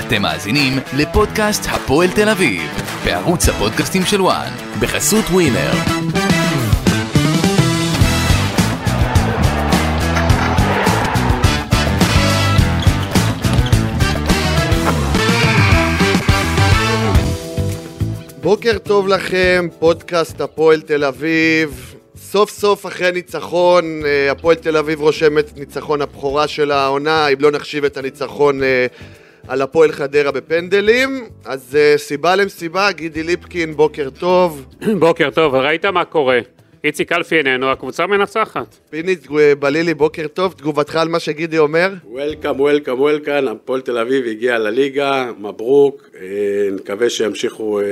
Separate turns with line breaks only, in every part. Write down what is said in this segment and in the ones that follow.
אתם מאזינים לפודקאסט הפועל תל אביב, בערוץ הפודקאסטים של וואן, בחסות ווינר.
בוקר טוב לכם, פודקאסט הפועל תל אביב. סוף סוף אחרי ניצחון, אה, הפועל תל אביב רושמת ניצחון הבכורה של העונה, אם לא נחשיב את הניצחון אה, על הפועל חדרה בפנדלים. אז אה, סיבה למסיבה, גידי ליפקין, בוקר טוב.
בוקר טוב, ראית מה קורה? איציק אלפי איננו, הקבוצה מנצחת.
פיני אה, בלילי, בוקר טוב, תגובתך על מה שגידי אומר?
וולקאם, וולקאם, וולקאם, הפועל תל אביב הגיע לליגה, מברוק, אה, נקווה שימשיכו אה,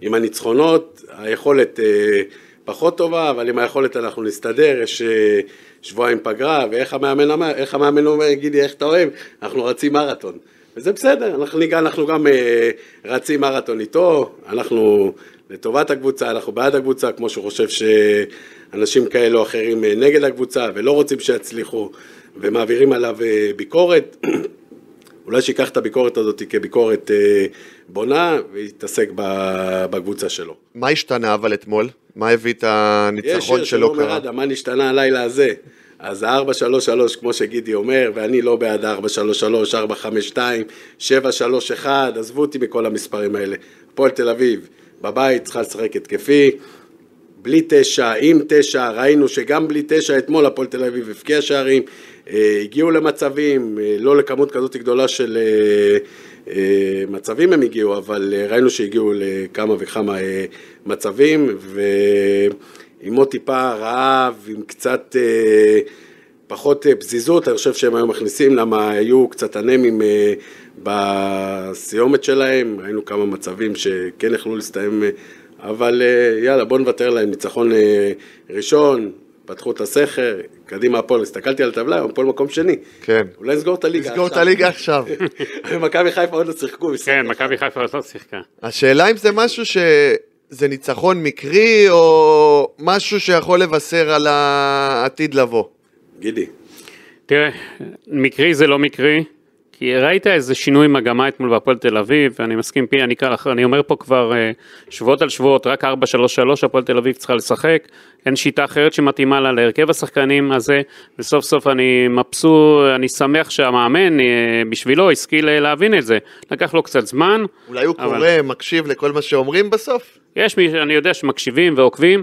עם הניצחונות, היכולת אה, פחות טובה, אבל עם היכולת אנחנו נסתדר, יש אה, שבועיים פגרה, ואיך המאמן אמר, איך המאמן אומר, גידי, איך אתה אוהב? אנחנו רצים מרתון. וזה בסדר, אנחנו, ניגע- אנחנו גם אה, רצים מרתון איתו, אנחנו לטובת הקבוצה, אנחנו בעד הקבוצה, כמו שהוא חושב שאנשים כאלה או אחרים אה, נגד הקבוצה ולא רוצים שיצליחו, ומעבירים עליו אה, ביקורת. אולי שיקח את הביקורת הזאת כביקורת אה, בונה ויתעסק ב- בקבוצה שלו.
מה השתנה אבל אתמול? מה הביא את הניצחון
יש שיר של
שלא
עומר
קרה?
אדם, מה נשתנה הלילה הזה? אז ה-433, כמו שגידי אומר, ואני לא בעד ה-433, 452, 731, עזבו אותי מכל המספרים האלה. הפועל תל אביב, בבית, צריכה לשחק התקפי, בלי תשע, עם תשע, ראינו שגם בלי תשע אתמול הפועל תל אביב הבקיע שערים, אה, הגיעו למצבים, אה, לא לכמות כזאת גדולה של אה, אה, מצבים הם הגיעו, אבל אה, ראינו שהגיעו לכמה וכמה אה, מצבים, ועם עוד טיפה רעב, עם קצת... אה, פחות אה, פזיזות, אני חושב שהם היו מכניסים, למה היו קצת אנמים אה, בסיומת שלהם, ראינו כמה מצבים שכן יכלו להסתיים, אה, אבל אה, יאללה, בואו נוותר להם, ניצחון אה, ראשון, פתחו את הסכר, קדימה הפועל, הסתכלתי על הטבלה, הפועל מקום שני.
כן.
אולי נסגור את הליגה.
נסגור את
עכשיו.
הליגה עכשיו.
מכבי חיפה עוד לא שיחקו.
כן, מכבי חיפה עוד לא שיחקה.
השאלה אם זה משהו שזה ניצחון מקרי, או משהו שיכול לבשר על העתיד לבוא.
גידי,
אה, תראה, מקרי זה לא מקרי, כי ראית איזה שינוי מגמה אתמול בהפועל תל אביב, ואני מסכים, פי, אני, כאן, אני אומר פה כבר אה, שבועות על שבועות, רק 4-3-3 הפועל תל אביב צריכה לשחק, אין שיטה אחרת שמתאימה לה להרכב השחקנים הזה, וסוף סוף אני מבסו, אני שמח שהמאמן אה, בשבילו השכיל אה, להבין את זה, לקח לו קצת זמן.
אולי הוא
אבל-
קורא, מקשיב לכל מה שאומרים בסוף?
יש מי שאני יודע שמקשיבים ועוקבים,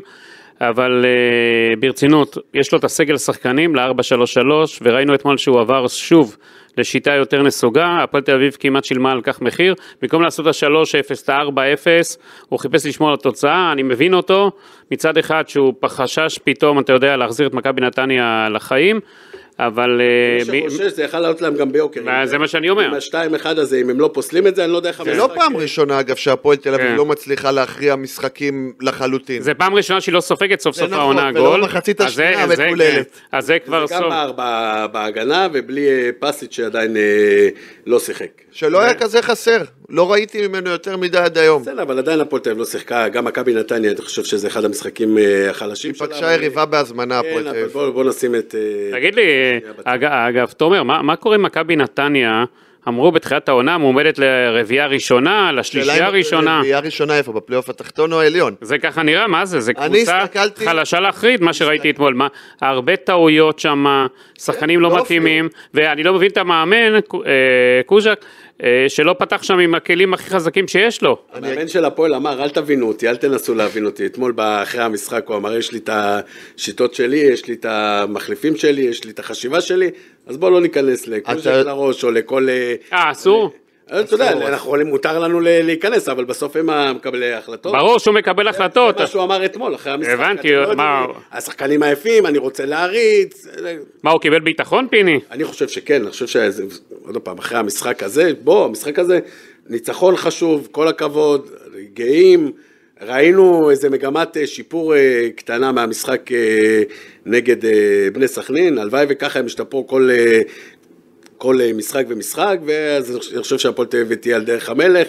אבל uh, ברצינות, יש לו את הסגל שחקנים ל-433, וראינו אתמול שהוא עבר שוב לשיטה יותר נסוגה, הפועל תל אביב כמעט שילמה על כך מחיר, במקום לעשות את ה-3-0, את ה-4-0, הוא חיפש לשמור על התוצאה, אני מבין אותו, מצד אחד שהוא חשש פתאום, אתה יודע, להחזיר את מכבי נתניה לחיים, אבל... אה,
מי שחושש זה יכול לעלות להם גם ביוקר.
מה, זה מה שאני אומר.
עם השתיים אחד הזה, אם הם לא פוסלים את זה, אני לא יודע איך
זה
המשחק-
לא פעם ראשונה, אגב, שהפועל תל אביב
כן.
לא מצליחה להכריע משחקים לחלוטין.
זה פעם ראשונה שהיא לא סופגת סוף
זה
סוף
נכון,
העונה
ולא
גול.
במחצית
אז זה-
השנייה
זה-
המקוללת.
אז זה כבר
זה גם
סוף.
בער ב- בהגנה ובלי אה, פסיץ' שעדיין אה, לא שיחק.
שלא היה כזה חסר, לא ראיתי ממנו יותר מדי עד היום.
בסדר, אבל עדיין הפועל תל אביב לא שיחקה, גם מכבי נתניה, אני חושב שזה אחד המשחקים אה, החלשים
היא
שלה.
פגשה יריבה בהזמנה,
כן,
הפועל תל
אבל
אביב.
בואו בוא נשים את... אה,
תגיד לי, אג, אגב, תומר, מה, מה קורה עם מכבי נתניה? אמרו בתחילת העונה מועמדת לרביעייה הראשונה, לשלישייה
השאלה אם-
הראשונה.
היא הראשונה איפה, בפלייאוף התחתון או העליון?
זה ככה נראה, מה זה? זה
אני
קבוצה
הסתכלתי-
חלשה להחריד, מה שראיתי אתמול. מה, הרבה טעויות שם, שחקנים לא
יופי.
מתאימים, ואני לא מבין את המאמן, קו- אה, קוז'ק, אה, שלא פתח שם עם הכלים הכי חזקים שיש לו.
המאמן של הפועל אמר, אל תבינו אותי, אל תנסו להבין אותי. אתמול ב- אחרי המשחק הוא אמר, יש לי את השיטות שלי, יש לי את המחליפים שלי, יש לי את החשיבה שלי, אז בואו לא ניכנס לקוז'ק
אתה-
לראש או לכל... אה,
אה, אסור?
אתה יודע, אנחנו יכולים, מותר לנו ל- להיכנס, אבל בסוף הם המקבלי ההחלטות.
ברור שהוא מקבל החלטות.
זה מה שהוא אמר אתמול, אחרי המשחק.
הבנתי,
אתם לא יודעים,
מה-
השחקנים היפים, אני רוצה להריץ.
מה, הוא קיבל ביטחון, פיני?
אני חושב שכן, אני חושב שזה, עוד פעם, אחרי המשחק הזה, בוא, המשחק הזה, ניצחון חשוב, כל הכבוד, גאים, ראינו איזה מגמת אה, שיפור אה, קטנה מהמשחק אה, נגד אה, בני סכנין, הלוואי וככה הם ישתפרו כל, אה, כל אה, משחק ומשחק, ואז אני חושב- אני חושב שהפועל תל אביב תהיה על דרך המלך.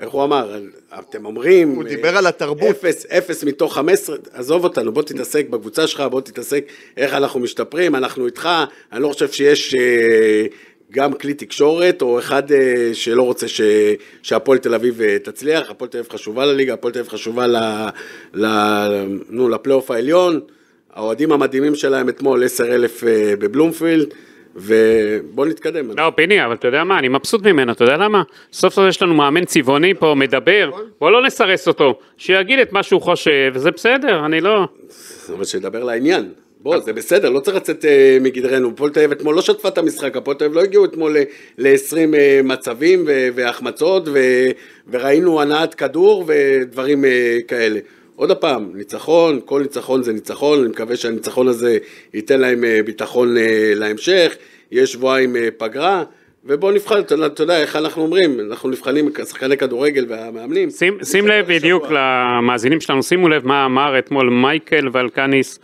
איך הוא אמר? על- אתם אומרים...
הוא
אה,
דיבר על התרבות.
אפס, אפס מתוך חמש עשרה, עזוב אותנו, בוא תתעסק בקבוצה שלך, בוא תתעסק איך אנחנו משתפרים, אנחנו איתך, אני לא חושב שיש אה, גם כלי תקשורת, או אחד אה, שלא רוצה ש... שהפועל תל אביב אה, תצליח, הפועל תל אביב חשובה לליגה, הפועל תל אביב חשובה ל... ל... נו, לפלייאוף העליון, האוהדים המדהימים שלהם אתמול, 10,000 אה, בבלומפילד, ובואו נתקדם.
לא, פיני, אבל אתה יודע מה, אני מבסוט ממנו, אתה יודע למה? סוף סוף יש לנו מאמן צבעוני פה, מדבר, בוא לא נסרס אותו, שיגיד את מה שהוא חושב, זה בסדר, אני לא...
זאת אומרת, שידבר לעניין. בוא, זה בסדר, לא צריך לצאת אה, מגדרנו. הפועל תל אביב אתמול לא שטפה את המשחק, הפועל תל אביב לא הגיעו אתמול ל-20 אה, מצבים ו- והחמצות, ו- וראינו הנעת כדור ודברים אה, כאלה. עוד פעם, ניצחון, כל ניצחון זה ניצחון, אני מקווה שהניצחון הזה ייתן להם אה, ביטחון אה, להמשך, יש שבועיים אה, פגרה, ובואו נבחן, אתה יודע- אתה יודע איך אנחנו אומרים, אנחנו נבחנים שחקני כדורגל והמאמנים.
שים, שים לב בדיוק למאזינים שלנו, שימו לב מה אמר אתמול מייקל ולקניס,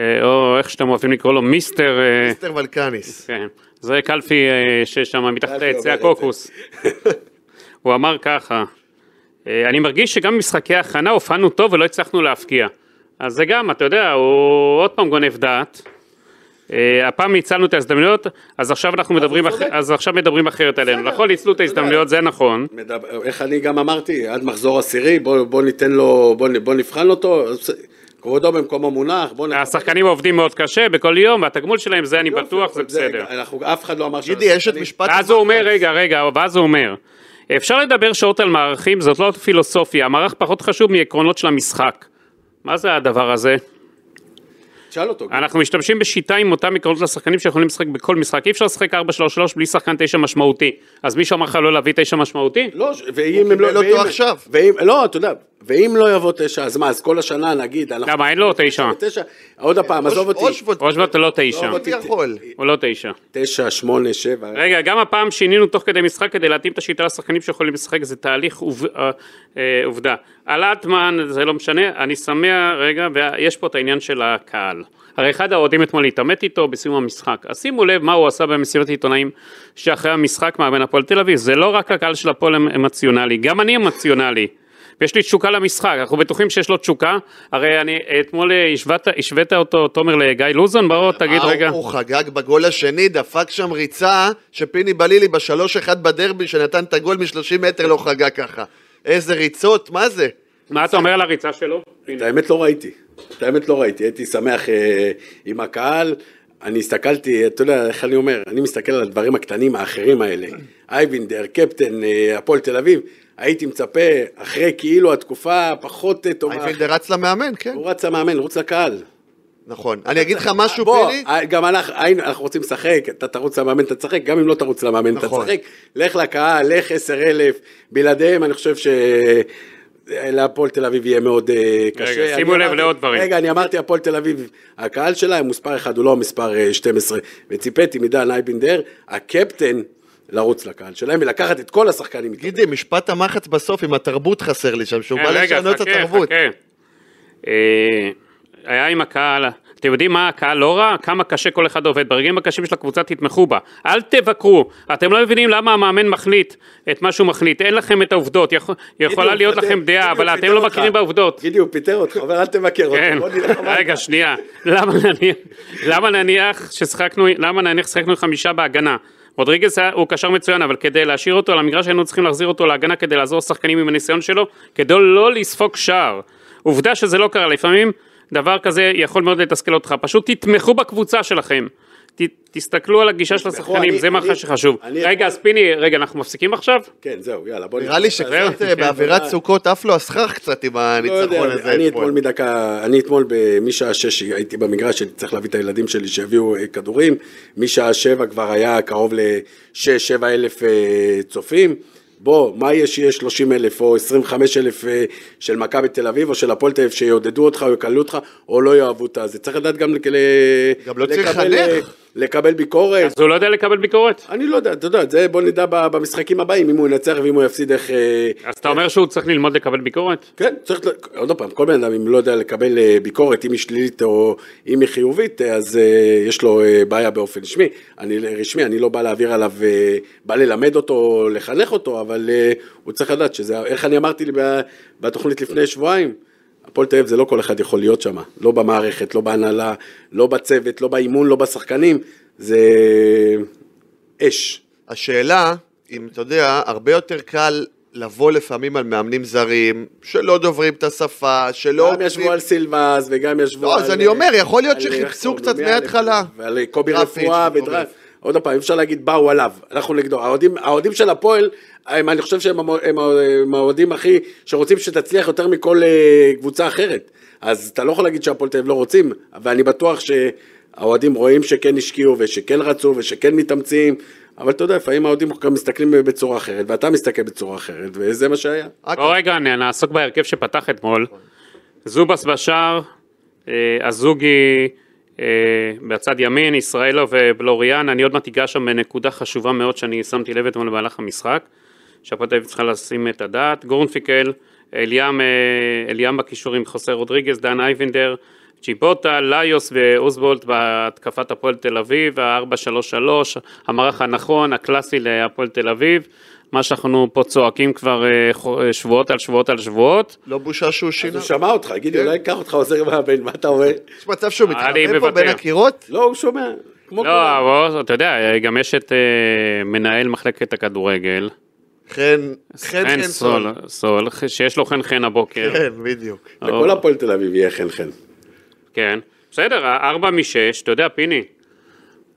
אה, או איך שאתם אוהבים לקרוא לו, מיסטר... אה,
מיסטר ולקניס.
כן, זה קלפי אה, ששם מתחת
קלפי
לעצי
אומר את
הקוקוס. הוא אמר ככה, אה, אני מרגיש שגם במשחקי הכנה הופענו טוב ולא הצלחנו להפקיע. אז זה גם, אתה יודע, הוא עוד פעם גונב דעת. אה, הפעם ניצלנו את ההזדמנויות, אז עכשיו אנחנו מדברים, אח...
צודק.
אז עכשיו מדברים אחרת עלינו. נכון, ניצלו את ההזדמנויות, זה נכון.
מדבר, איך אני גם אמרתי, עד מחזור עשירי, בוא, בוא ניתן לו, בוא, נ- בוא נבחן אותו, אז כבודו במקום המונח, בוא נכבד-
השחקנים עובדים מאוד קשה בכל יום, והתגמול שלהם זה, אה, אני
יופי,
בטוח,
אבל
זה בסדר.
אנחנו, אף אחד לא אמר
גידי, יש את
שהשחקנים-
משפט...
ואז הוא אומר, רגע, רגע, ואז הוא אומר, אפשר לדבר שעות על מערכים, זאת לא פילוסופיה, המערך פחות חשוב מעקרונות של המשחק. מה זה הדבר הזה?
תשאל אותו,
אנחנו משתמשים בשיטה עם אותם עקרונות לשחקנים שיכולים לשחק בכל משחק. אי אפשר לשחק 4-3-3 בלי שחקן 9 משמעותי. אז מישהו אמר לך לא להביא 9 משמעותי?
לא, ש- ואם הם לא...
קיבל אותו
ואם-
עכשיו.
ואם, לא, אתה יודע, ואם לא יבוא תשע, אז מה, אז כל השנה נגיד, אנחנו...
לא.
למה, אין לו תשע.
תשע, עוד פעם, עזוב אותי,
אושבוט
רושבוט לא 9.
לא יכול.
הוא לא 9.
תשע, שמונה, שבע,
רגע, גם הפעם שינינו תוך כדי משחק כדי להתאים את השיטה לשחקנים שיכולים לשחק, זה תהליך עוב... אה, אה, עובדה. על אטמן זה לא משנה, אני שמח, רגע, ויש פה את העניין של הקהל. הרי אחד האוהדים אתמול התעמת איתו בסיום המשחק. אז שימו לב מה הוא עשה במסיבת עיתונאים שאחרי המשחק מאמן הפועל תל אביב. זה לא רק הקהל של הפועל אמ- אמוציונלי, גם אני אמוציונלי. ויש לי תשוקה למשחק, אנחנו בטוחים שיש לו תשוקה, הרי אני אתמול אה, השווית, השווית אותו, תומר, לגיא לוזון, ברור, תגיד
אה,
רגע.
הוא- הוא חגג בגול השני, דפק שם ריצה, שפיני בלילי בשלוש אחד בדרבי, שנתן את הגול מ-30 מטר, לא חגג ככה. איזה ריצות, מה זה?
מה אתה אומר על הריצה שלו?
את האמת לא ראיתי, את האמת לא ראיתי, הייתי שמח אה, עם הקהל, אני הסתכלתי, אתה יודע איך אני אומר, אני מסתכל על הדברים הקטנים האחרים האלה, אייבינדר, קפטן, אה, הפועל תל אביב, הייתי מצפה, אחרי כאילו התקופה הפחות אה, טובה,
אייפילד רץ למאמן, כן,
הוא רץ למאמן, הוא רץ לקהל.
נכון. אני אגיד לך משהו,
בוא,
פיני?
אה, גם אנחנו, היינו, אנחנו רוצים לשחק, אתה תרוץ למאמן, אתה תשחק, גם אם לא תרוץ למאמן, אתה
נכון.
תשחק. לך לקהל, לך עשר אלף, בלעדיהם אני חושב ש... אה, להפועל תל אביב יהיה מאוד אה, קשה. אני
שימו לב
אמרתי-
לעוד דברים.
רגע, אני אמרתי הפועל תל אביב, הקהל שלהם מספר אחד, הוא לא מספר אה, 12. וציפיתי מדן אייבינדר, הקפטן, לרוץ לקהל שלהם ולקחת את כל השחקנים איתו.
גידי, משפט המחץ בסוף עם התרבות חסר לי שם, שהוא בא
אה, רגע,
לשנות את
חכה,
התרבות.
חכה. אה, היה עם הקהל, אתם יודעים מה הקהל לא רע? כמה קשה כל אחד עובד. ברגעים הקשים של הקבוצה תתמכו בה. אל תבקרו. אתם לא מבינים למה המאמן מחליט את מה שהוא מחליט. אין לכם את העובדות. יכול- יכולה
גידי,
להיות
הוא
לכם
פיטר-
דעה,
גידי,
אבל
הוא
אתם
פיטר
לא
אותך.
מכירים בעובדות.
גידי, הוא פיטר אותך, אבל אל תבקר אותו.
כן,
בוא נלך הביתה.
רגע, שנייה. למה נניח, למה נניח ששחקנו, למה נניח ששחקנו חמישה בהגנה? רודריגז היה- הוא קשר מצוין, אבל כדי להשאיר אותו על המגרש היינו צריכים להחזיר אותו להגנה כדי לעזור לשחקנים עם הניסיון שלו, כדי לא לספוג שער. עובדה שזה לא קרה, לפעמים דבר כזה יכול מאוד לתסכל אותך. פשוט תתמכו בקבוצה שלכם. ת, תסתכלו על הגישה של
תתמכו,
השחקנים,
אני-
זה מה
אני-
שחשוב.
אני
רגע,
יכול-
אז פיני, רגע, אנחנו מפסיקים עכשיו?
כן, זהו, יאללה, בוא
נראה לי שקצת
זהו,
אה,
כן,
באווירת
תודה.
סוכות עף לו הסכך קצת עם
לא יודע,
הניצחון הזה
אני אתמול
אתמול.
מדקה, אני אתמול ב- משעה שש הייתי במגרש, הייתי צריך להביא את הילדים שלי שיביאו אה, כדורים, משעה שבע כבר היה קרוב לשש, שבע אלף אה, צופים. בוא, מה יהיה שיהיה 30 אלף או 25 אלף אה, של מכבי תל אביב או של הפועל תל אביב שיעודדו אותך או יקללו אותך או לא יאהבו את הזה. צריך לדעת גם, לק- ל-
גם לא צריך
לקבל, אה,
לחנך.
לקבל ביקורת.
אז הוא לא יודע לקבל ביקורת.
אני לא יודע, אתה יודע, זה בוא נדע ב- במשחקים הבאים, אם הוא ינצח ואם הוא יפסיד איך... אה,
אז אתה אומר שהוא צריך ללמוד לקבל ביקורת?
כן, צריך, ל- עוד פעם, כל בן אדם, אם לא יודע לקבל אה, ביקורת, אם היא שלילית או אם היא חיובית, אה, אז אה, יש לו אה, בעיה באופן רשמי. אני רשמי, אני לא בא להעביר עליו, אה, בא ללמד אותו, לחנך אותו, אבל אה, הוא צריך לדעת שזה, איך אני אמרתי לי ב- בתוכנית לפני שבועיים, הפועל תל אביב זה לא כל אחד יכול להיות שם, לא במערכת, לא בהנהלה, לא בצוות, לא באימון, לא בשחקנים, זה אש.
השאלה, אם אתה יודע, הרבה יותר קל לבוא לפעמים על מאמנים זרים, שלא דוברים את השפה, שלא...
גם ישבו על סילבאז וגם ישבו
לא,
על... אה,
אז אני אומר, יכול להיות
על-
שחיפשו
איך
קצת
קוראים לו? מי
מההתחלה. אוקיי.
היה? ועל אה, קובי
דראפיץ'
רפואה
וקובי.
ודרייב. עוד פעם, אי אפשר להגיד באו עליו, אנחנו נגדו. האוהדים- האוהדים של הפועל, הם- אני חושב שהם המו- הם ה- הם האוהדים הכי, שרוצים שתצליח יותר מכל אה, קבוצה אחרת. אז אתה לא יכול להגיד שהפועל תל אביב לא רוצים, ואני בטוח שהאוהדים רואים שכן השקיעו ושכן רצו ושכן מתאמצים, אבל אתה יודע, לפעמים האוהדים גם מסתכלים בצורה אחרת, ואתה מסתכל בצורה אחרת, וזה מה שהיה.
רק-
בוא רגע, נ- נעסוק בהרכב שפתח אתמול. זובס בשער, אה, אזוגי אה, בצד ימין, ישראלו ובלוריאן, אני עוד מעט אגע שם בנקודה חשובה מאוד שאני שמתי לב אתמול במהלך המשחק, שהפועל תל אביב צריכה לשים את הדעת. גורנפיקל, אליאם, אה, אליאם בקישורים חוסר רודריגז, דן אייבנדר, צ'יבוטה, ליוס ואוסבולט בהתקפת הפועל תל אביב, ה-4-3-3, המערך הנכון, הקלאסי להפועל תל אביב, מה שאנחנו פה צועקים כבר אה, חו- אה, שבועות על שבועות על שבועות.
לא בושה שהוא שינה.
הוא כאילו שמע אותך, גידי, אולי ניקח אותך עוזר מאמן, מה אתה אומר?
יש מצב שהוא
אה, אני
מתחבא פה
מוותר.
בין הקירות?
לא, הוא שומע, כמו
אוקיי.
לא,
כולם.
אבל אתה יודע, גם יש את אה, מנהל מחלקת הכדורגל,
חן, חן חן סול.
סול, אה. שיש לו חן חן הבוקר,
כן, בדיוק.
לכל הפועל תל אביב יהיה חן חן.
כן. בסדר, ה- ארבע משש, אתה יודע, פיני.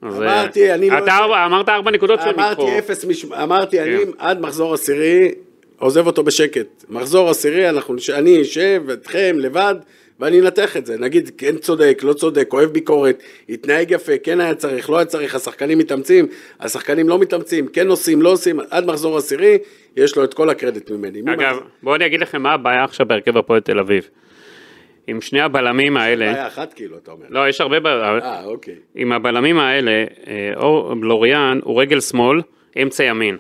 אז, אה,
אמרתי, אני לא-
אתה ארבע- אמרת ארבע נקודות שהם יקחו.
אמרתי אפס, מש- אמרתי, אני
כן.
עד מחזור עשירי עוזב אותו בשקט. מחזור עשירי, אנחנו נש- אני אשב אתכם לבד, ואני אנתח את זה. נגיד, כן צודק, לא צודק, אוהב ביקורת, התנהג יפה, כן היה צריך, לא היה צריך, השחקנים מתאמצים, השחקנים לא מתאמצים, כן עושים, לא עושים, עד מחזור עשירי, יש לו את כל הקרדיט ממני. מי
אגב,
מחזור-
בואו אני אגיד לכם מה הבעיה עכשיו בהרכב הפועל תל אביב. עם שני הבלמים האלה,
בעיה אחת כאילו, אתה אומר.
אה, לא, יש הרבה בעיות.
אה, אוקיי.
עם הבלמים האלה, אה, אור בלוריאן הוא רגל שמאל, אמצע ימין.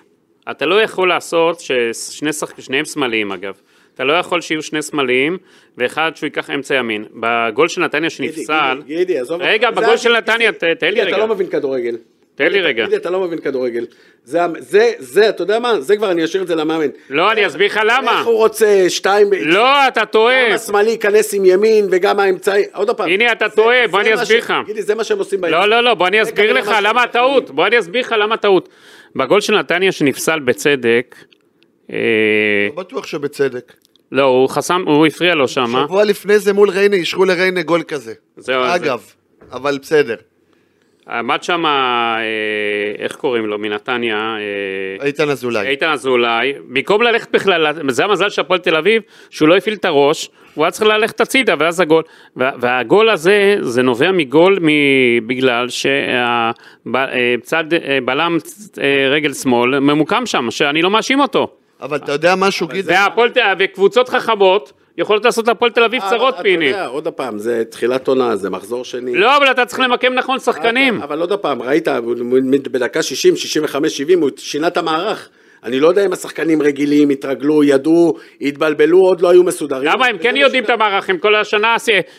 אתה לא יכול לעשות, ששני שחק... שניהם שמאליים אגב, אתה לא יכול שיהיו שני שמאליים, ואחד שהוא ייקח אמצע ימין. בגול של נתניה
גידי,
שנפסל,
גידי, גידי, עזוב אותך.
רגע,
זה
בגול
ה-
של נתניה, ת- תן לי
גידי,
רגע,
אתה לא מבין כדורגל.
תן לי רגע.
גידי, אתה לא מבין כדורגל. זה, ה- זה, זה, אתה יודע מה? זה כבר אני אשאיר את זה למאמן.
לא, אני אסביר לך למה.
איך הוא רוצה שתיים...
לא, אתה
גם
טועה.
השמאלי ייכנס עם ימין וגם האמצעי... עוד פעם.
הנה, אתה
זה-
טועה,
זה
בוא אני
מה
אסביר
ש-
לך.
גידי, זה מה שהם עושים בהם.
לא, לא, לא, בוא אני
רגע,
אסביר
רגע,
לך
מה
למה
שאתם
הטעות. בוא אני אסביר לך למה הטעות. בגול של נתניה שנפסל בצדק, אה,
לא בטוח שבצדק.
לא, הוא חסם, הוא הפריע לו שם. אה?
שבוע לפני זה מול ריינה, אישרו לריינה גול כזה.
זהו, אז-
אגב, אבל בסדר.
עמד שם, אה, איך קוראים לו, מנתניה, אה,
איתן אזולאי.
איתן אזולאי, במקום ללכת בכלל, זה המזל של הפועל תל אביב, שהוא לא הפעיל את הראש, הוא היה צריך ללכת הצידה, ואז הגול. וה- והגול הזה, זה נובע מגול מ- בגלל שהצד, בלם אה, רגל שמאל, ממוקם שם, שאני לא מאשים אותו.
אבל אתה יודע משהו, גידי?
והפועל תל אביב, וקבוצות חכמות, יכולות לעשות להפועל תל אביב
אה,
צרות,
אתה
פיני.
יודע, עוד פעם, זה תחילת עונה, זה מחזור שני.
לא, אבל אתה צריך למקם נכון שחקנים.
אבל עוד פעם, ראית, בדקה 60, 65, 70, הוא שינה את המערך. אני לא יודע אם השחקנים רגילים, התרגלו, ידעו, התבלבלו, עוד לא היו מסודרים.
למה הם
וזה
כן
מה
יודעים את
שקרה.
המערך, הם כל השנה,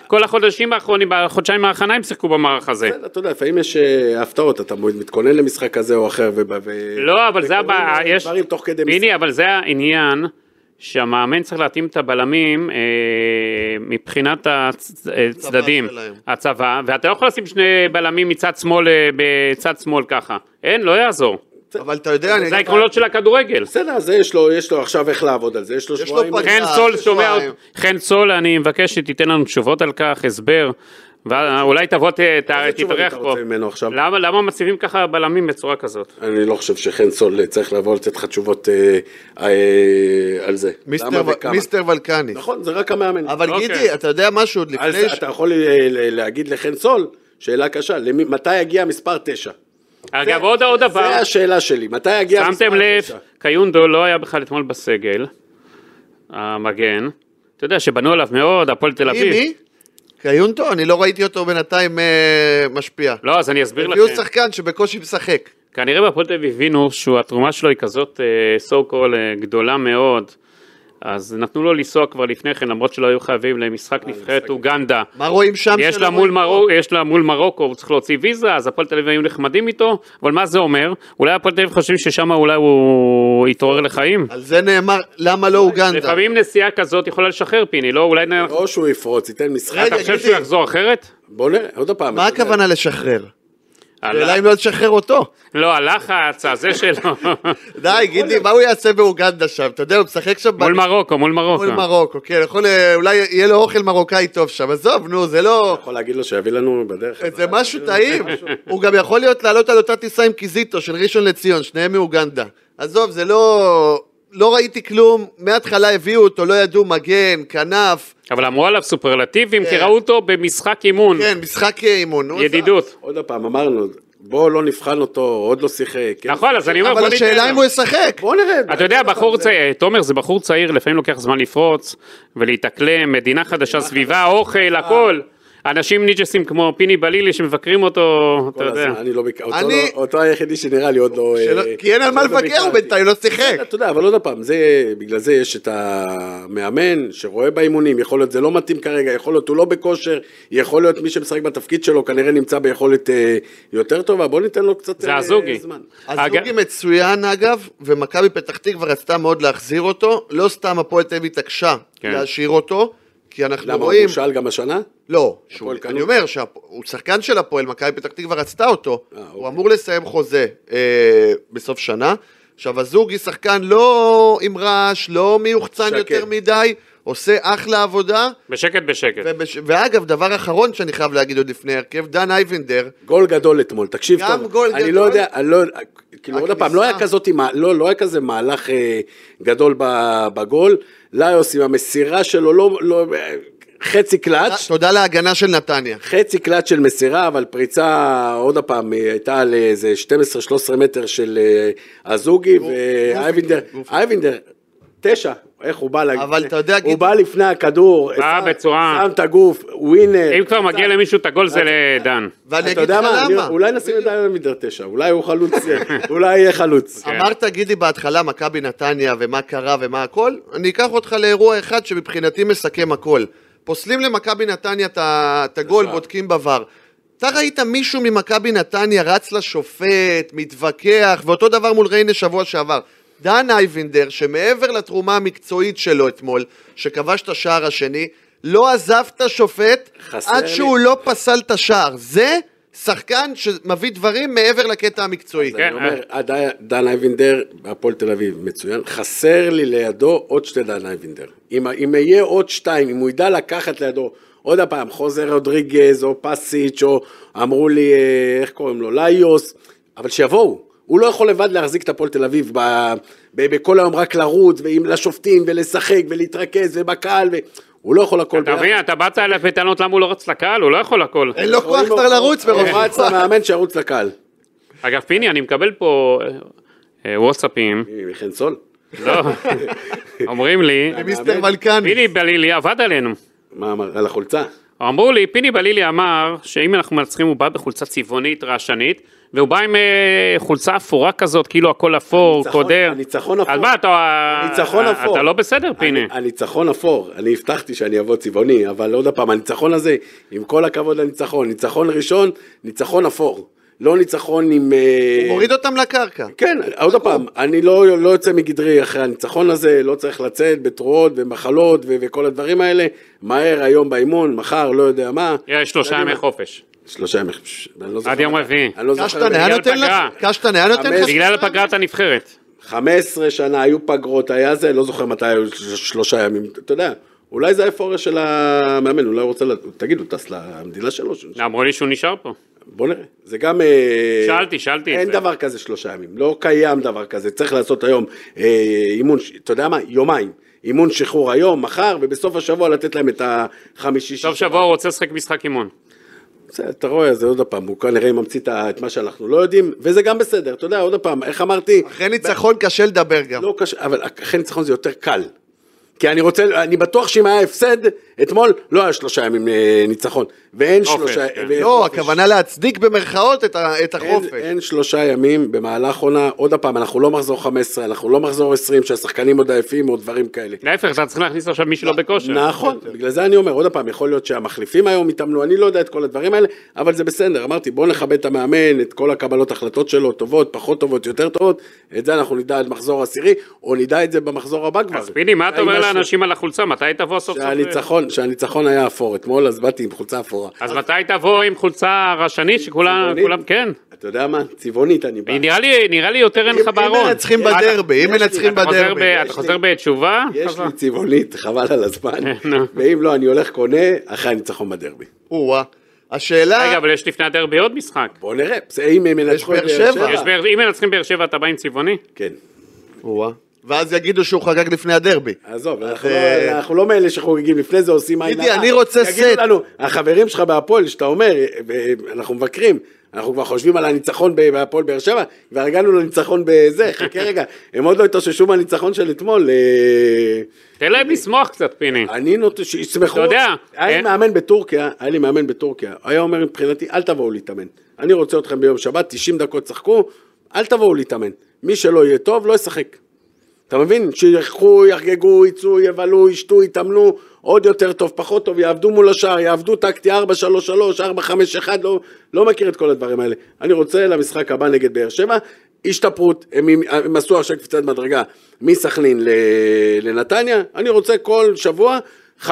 כל החודשים האחרונים, בחודשיים האחרונה הם שיחקו במערך הזה.
בסדר, אתה יודע, לפעמים יש אה, הפתעות, אתה מתכונן למשחק כזה או אחר. וב- ו...
לא, אבל זה
וקורים,
הבעיה,
אה,
יש...
כן. דברים תוך כדי
הנה, אבל זה העניין, שהמאמן צריך להתאים את הבלמים אה, מבחינת הצ- אה, הצדדים,
שלהם.
הצבא, ואתה לא יכול לשים שני בלמים מצד שמאל, אה, בצד שמאל ככה. אין, לא יעזור.
אבל אתה יודע, אני...
זה העקרונות של הכדורגל.
בסדר, אז זה יש לו, יש לו עכשיו איך לעבוד על זה, יש לו
יש לו
שבועיים.
פגרה.
חן סול
שבועיים.
שומע אותי, חן סול, אני מבקש שתיתן לנו תשובות על כך, הסבר, ואולי תבוא, ת- ת-
איזה תשובות
כן, תתארח
אתה
פה.
רוצה ממנו עכשיו?
למה למה מציבים ככה בלמים בצורה כזאת?
אני לא חושב שחן סול צריך לבוא לתת לך תשובות אה, אה, על זה.
מיסטר
למה
ו-
וכמה.
מיסטר ולקני.
נכון, זה רק המאמן.
אבל
לא- אוקיי.
גידי, אתה יודע משהו, עוד
אז
לפני... ש-
אתה יכול אה, ל- להגיד לחן סול, שאלה קשה, למי, מתי יגיע מספר תשע?
אגב, עוד עוד דבר,
זה השאלה שלי, מתי יגיע מספר
שמתם לב,
תשע?
קיונדו לא היה בכלל אתמול בסגל, המגן. אתה יודע שבנו עליו מאוד, הפועל תל
מי?
אביב.
מי? קיונטו? אני לא ראיתי אותו בינתיים אה, משפיע.
לא, אז אני אסביר לכם.
הביאו שחקן שבקושי משחק.
כנראה בהפועל תל אביב הבינו שהתרומה שלו היא כזאת סו קול גדולה מאוד. אז נתנו לו לנסוע כבר לפני כן, למרות שלא היו חייבים
אה,
למשחק נבחרת אוגנדה.
מה רואים שם?
יש
שלא
לה, מול
רואים פה?
מרו, יש לה מול מרוקו, הוא צריך להוציא ויזה, אז הפועל תל אביב היו נחמדים איתו, אבל מה זה אומר? אולי הפועל תל אביב חושבים ששם אולי הוא יתעורר לחיים?
על זה נאמר, למה לא אוגנדה?
לפעמים נסיעה כזאת יכולה לשחרר פיני, לא? אולי... נ-
או שהוא יפרוץ, ייתן משחק.
רגע,
אתה חושב
גידי.
שהוא יחזור אחרת?
בוא נראה, עוד פעם.
מה
אתה יודע,
הכוונה לשחרר?
הלח-
השאלה אם לא תשחרר אותו.
לא, הלחץ, הזה שלו.
די, גידי, מה הוא יעשה באוגנדה שם? אתה יודע, הוא משחק שם
מול
במשחק
מרוקו, מול מרוקו.
מול מרוקו, כן, יכול, אה, אולי יהיה לו אוכל מרוקאי טוב שם, עזוב, נו, זה לא...
יכול להגיד לו שיביא לנו בדרך.
זה משהו טעים, הוא גם יכול להיות לעלות על אותה טיסה עם קיזיטו של ראשון לציון, שניהם מאוגנדה. עזוב, זה לא... לא ראיתי כלום, מההתחלה הביאו אותו, לא ידעו מגן, כנף,
אבל אמרו עליו סופרלטיבים, כי
כן.
ראו אותו במשחק אימון.
כן, משחק אימון. הוא
ידידות.
עוד פעם, אמרנו, בואו לא נבחן אותו, עוד לא שיחק. כן?
נכון, אז אני אומר, בוא
אבל
ניתן
השאלה
לו.
אם הוא נכון, ישחק.
בואו נראה.
אתה יודע,
זה-
בחור
זה-
צעיר, אה, תומר, זה בחור צעיר, לפעמים לוקח זמן לפרוץ ולהתאקלם, מדינה חדשה, סביבה, אוכל, הכל. אנשים ניג'סים כמו פיני בלילי שמבקרים אותו, אתה
כל
יודע.
הזמן, אני לא מכיר, אותו
אני-
לא- אותו היחידי שנראה לי עוד לא...
שלא-
אה,
כי אין על מה
עוד לא
לבקר, הוא
ביקרתי.
בינתיים לא שיחק.
כן, אתה יודע, אבל עוד פעם, זה, בגלל זה יש את המאמן שרואה באימונים, יכול להיות זה לא מתאים כרגע, יכול להיות הוא לא בכושר, יכול להיות מי שמשחק בתפקיד שלו כנראה נמצא ביכולת אה, יותר טובה, בוא ניתן לו קצת
זה
אה,
הזוגי.
זמן.
אגב-
הזוגי מצוין אגב, ומכבי פתח תקווה רצתה מאוד להחזיר אותו, לא סתם הפועל תל אביב התעקשה
כן.
להשאיר אותו, כי אנחנו
למה, הוא
רואים...
שאל גם השנה?
לא, שהוא,
הפועל קנו?
אני אומר שהוא שחקן של הפועל, מכבי פתח תקווה רצתה אותו,
אה, אוקיי.
הוא אמור לסיים חוזה אה, בסוף שנה. עכשיו הזוגי שחקן לא עם רעש, לא מיוחצן
שקט.
יותר מדי, עושה אחלה עבודה,
בשקט בשקט.
ובש... ואגב, דבר אחרון שאני חייב להגיד עוד לפני הרכב, דן אייבנדר,
גול גדול אתמול, תקשיב
גם
טוב.
גול
אני
גדול.
לא יודע, אני לא, כאילו עוד
הכניסה.
פעם, לא היה כזאת, עם ה- לא, לא היה כזה מהלך אה, גדול ב- בגול. לאיוס עם המסירה שלו, לא, לא, אה, חצי קלאץ'.
תודה להגנה של נתניה.
חצי קלט של מסירה, אבל פריצה, עוד פעם, היא הייתה על איזה 12-13 מטר של אה, הזוגי, ואייבינדר,
גוף.
אייבינדר, תשע, איך הוא בא להגיד,
אבל אתה יודע, גידי-
הוא בא לפני הכדור,
בא
שם-
בצורה-
שם את הגוף, ווינר,
אם כבר מגיע למישהו את הגול זה לדן.
ואני
אתה
אגיד
יודע
לך
מה, אני-
למה.
אולי נשים את אייבינדר תשע, אולי הוא חלוץ, אולי יהיה חלוץ.
כן.
אמרת, גידי, בהתחלה מכבי נתניה ומה קרה ומה הכל, אני אקח אותך לאירוע אחד שמבחינתי מסכם הכל. פוסלים למכבי נתניה את ה- את הגול, בודקים בVAR. אתה ראית מישהו ממכבי נתניה רץ לשופט, מתווכח, ואותו דבר מול ריינה שבוע שעבר. דן אייבינדר, שמעבר לתרומה המקצועית שלו אתמול, שכבש את השער השני, לא עזב את השופט
חסר
עד
לי.
שהוא לא פסל את השער. זה שחקן שמביא דברים מעבר לקטע המקצועי.
כן,
אני אומר, עדיין- דן אייבינדר, הפועל תל אביב, מצוין. חסר לי לידו עוד שתי דן אייבינדר. אם, אם יהיה עוד שתיים, אם הוא ידע לקחת לידו, עוד הפעם, חוזר רודריגז, או פסיץ', או אמרו לי, אה, איך קוראים לו, לאיוס, אבל שיבואו. הוא לא יכול לבד להחזיק את הפועל תל אביב ב, ב, בכל היום רק לרוץ, ועם לשופטים, ולשחק, ולהתרכז, ובקהל, ו... הוא לא יכול הכל
אתה מבין, אתה באת אליו בטענות למה הוא לא רץ לקהל, הוא לא יכול הכל.
אין לו כוח כבר לרוץ
הוא
מרוב
רץ למאמן שירוץ לקהל.
אגב, פיני, אני מקבל פה אה, אה, וואטסאפים,
אה, חנסון?
לא, אומרים לי,
מיסטר מלקני.
פיני בלילי עבד עלינו.
מה אמר? על החולצה?
אמרו לי, פיני בלילי אמר שאם אנחנו מנצחים הוא בא בחולצה צבעונית רעשנית, והוא בא עם אה, חולצה אפורה כזאת, כאילו הכל אפור,
הניצחון-
קודר.
הניצחון אפור.
אז מה, אתה...
ניצחון
אה,
אפור.
אתה לא בסדר, פיני.
אני- הניצחון אפור, אני הבטחתי שאני אבוא צבעוני, אבל עוד פעם, הניצחון הזה, עם כל הכבוד לניצחון, ניצחון ראשון, ניצחון אפור. לא ניצחון עם... אה,
מוריד אותם לקרקע.
כן,
נכון.
עוד פעם, אני לא, לא יוצא מגדרי אחרי הניצחון הזה, לא צריך לצאת בתרועות ומחלות ו- וכל הדברים האלה. מהר, היום באימון, מחר, לא יודע מה.
יש שלושה
קדימה.
ימי חופש.
שלושה ימים, פש, אני לא זוכר.
עד יום
מתי.
רביעי.
אני לא זוכר.
קשטן היה
בגלל
נותן לך?
פגרה.
קשטן היה נותן לך?
חמש-
בגלל פגרת הנבחרת.
15 שנה היו פגרות, היה זה, לא זוכר מתי היו של- שלושה ימים, אתה יודע, אולי זה הפורש של המאמן, אולי הוא רוצה, לה- תגיד, הוא טס למדינה שלו, ש-
אמרו לי שהוא נשאר פה.
בוא נראה, זה גם... אה,
שאלתי, שאלתי את
אין
זה.
דבר כזה שלושה ימים, לא קיים דבר כזה, צריך לעשות היום אה, אימון, ש- אתה יודע מה, יומיים, אימון שחרור היום, מחר, ובסוף השבוע לתת להם את החמישי.
סוף
שישי.
שבוע הוא רוצה לשחק משחק אימון.
בסדר, אתה רואה, זה עוד פעם, הוא כנראה ממציא את ה- את מה שאנחנו לא יודעים, וזה גם בסדר, אתה יודע, עוד פעם, איך אמרתי,
אחרי ניצחון קשה לדבר גם.
לא קשה, אבל אחרי ניצחון זה יותר קל. כי אני רוצה, אני בטוח שאם היה הפסד, אתמול לא היה שלושה ימים אה, ניצחון. ואין
אופן,
שלושה...
כן.
ואין
לא,
אה, חופש.
הכוונה להצדיק במרכאות את ה- את
אין,
החופש.
אין שלושה ימים במהלך עונה, עוד פעם, אנחנו לא מחזור 15, אנחנו לא מחזור 20, שהשחקנים עוד עייפים או דברים כאלה.
להפך, אתה צריך להכניס עכשיו מישהו לא בכושר.
נכון, בגלל זה אני אומר, עוד פעם, יכול להיות שהמחליפים היום התאמנו, אני לא יודע את כל הדברים האלה, אבל זה בסדר, אמרתי, בואו נכבד את המאמן, את כל הקבלות החלטות שלו, טובות, פחות טובות, יותר טובות, את זה אנחנו נדע עד מחזור עשירי, או נדע את זה במחזור הבא כבר.
אז פיני, מה אתה
עם
אומר
משהו.
לאנשים על החולצה? מתי תבוא סוף סוף?
שהניצחון, שהניצחון היה
אה,
אפור אתמול, אז באתי עם חולצה אפורה.
אז מתי תבוא עם חולצה רשנית שכולם,
צבעונית?
כולם, כן.
אתה יודע מה? צבעונית אני בא.
נראה לי, נראה לי יותר אין לך
אם- אם
בארון.
מנצחים
יש לי-
בדרבי, אם
אה, יש לי-
מנצחים
אתה
אתה חוזר ב-
בדרבי.
אתה
יש
חוזר
לי-
בתשובה?
יש
חזר.
לי צבעונית, חבל על הזמן.
אה, נו.
ואם לא, אני הולך קונה אחרי הניצחון בדרבי.
או-אה. השאלה...
רגע, אבל יש לפני הדרבי עוד משחק.
בוא נראה, בסדר, אם הם ינצחו את
באר
באר
שבע.
יש
שבע.
באר- אם מנצחים באר שבע אתה בא עם צבעוני?
כן.
או-אה. ואז יגידו שהוא חגג לפני הדרבי.
עזוב, אנחנו
אה,
לא- אנחנו לא מאלה שחוגגים לפני זה, עושים עין
גידי, אני רוצה סט.
יגידו לנו, החברים שלך בהפועל, שאתה אומר, אנחנו מבקרים, אנחנו כבר חושבים על הניצחון ב- בהפועל באר שבע, כבר הגענו לניצחון בזה, חכה רגע, הם עוד לא התאוששו מהניצחון של אתמול. אה,
תן להם לשמוח קצת, פיני.
אני נותן, שישמחו.
אתה יודע,
היה לי
אה?
מאמן בטורקיה, היה לי מאמן בטורקיה, היה אומר מבחינתי, אל תבואו להתאמן. אני רוצה אתכם ביום שבת, 90 דקות שחקו, אל תבואו להתאמן. מי שלא יהיה טוב, לא ישחק. אתה מבין? שילכו, יחגגו, יצאו, יבלו, ישתו, יתאמנו, עוד יותר טוב, פחות טוב, יעבדו מול השער, יעבדו טקטי 4-3-3, 4-5-1, לא, לא מכיר את כל הדברים האלה. אני רוצה למשחק הבא נגד באר שבע, השתפרות, הם, הם עשו עכשיו קפיצת מדרגה מסכנין ל- לנתניה, אני רוצה כל שבוע 5%.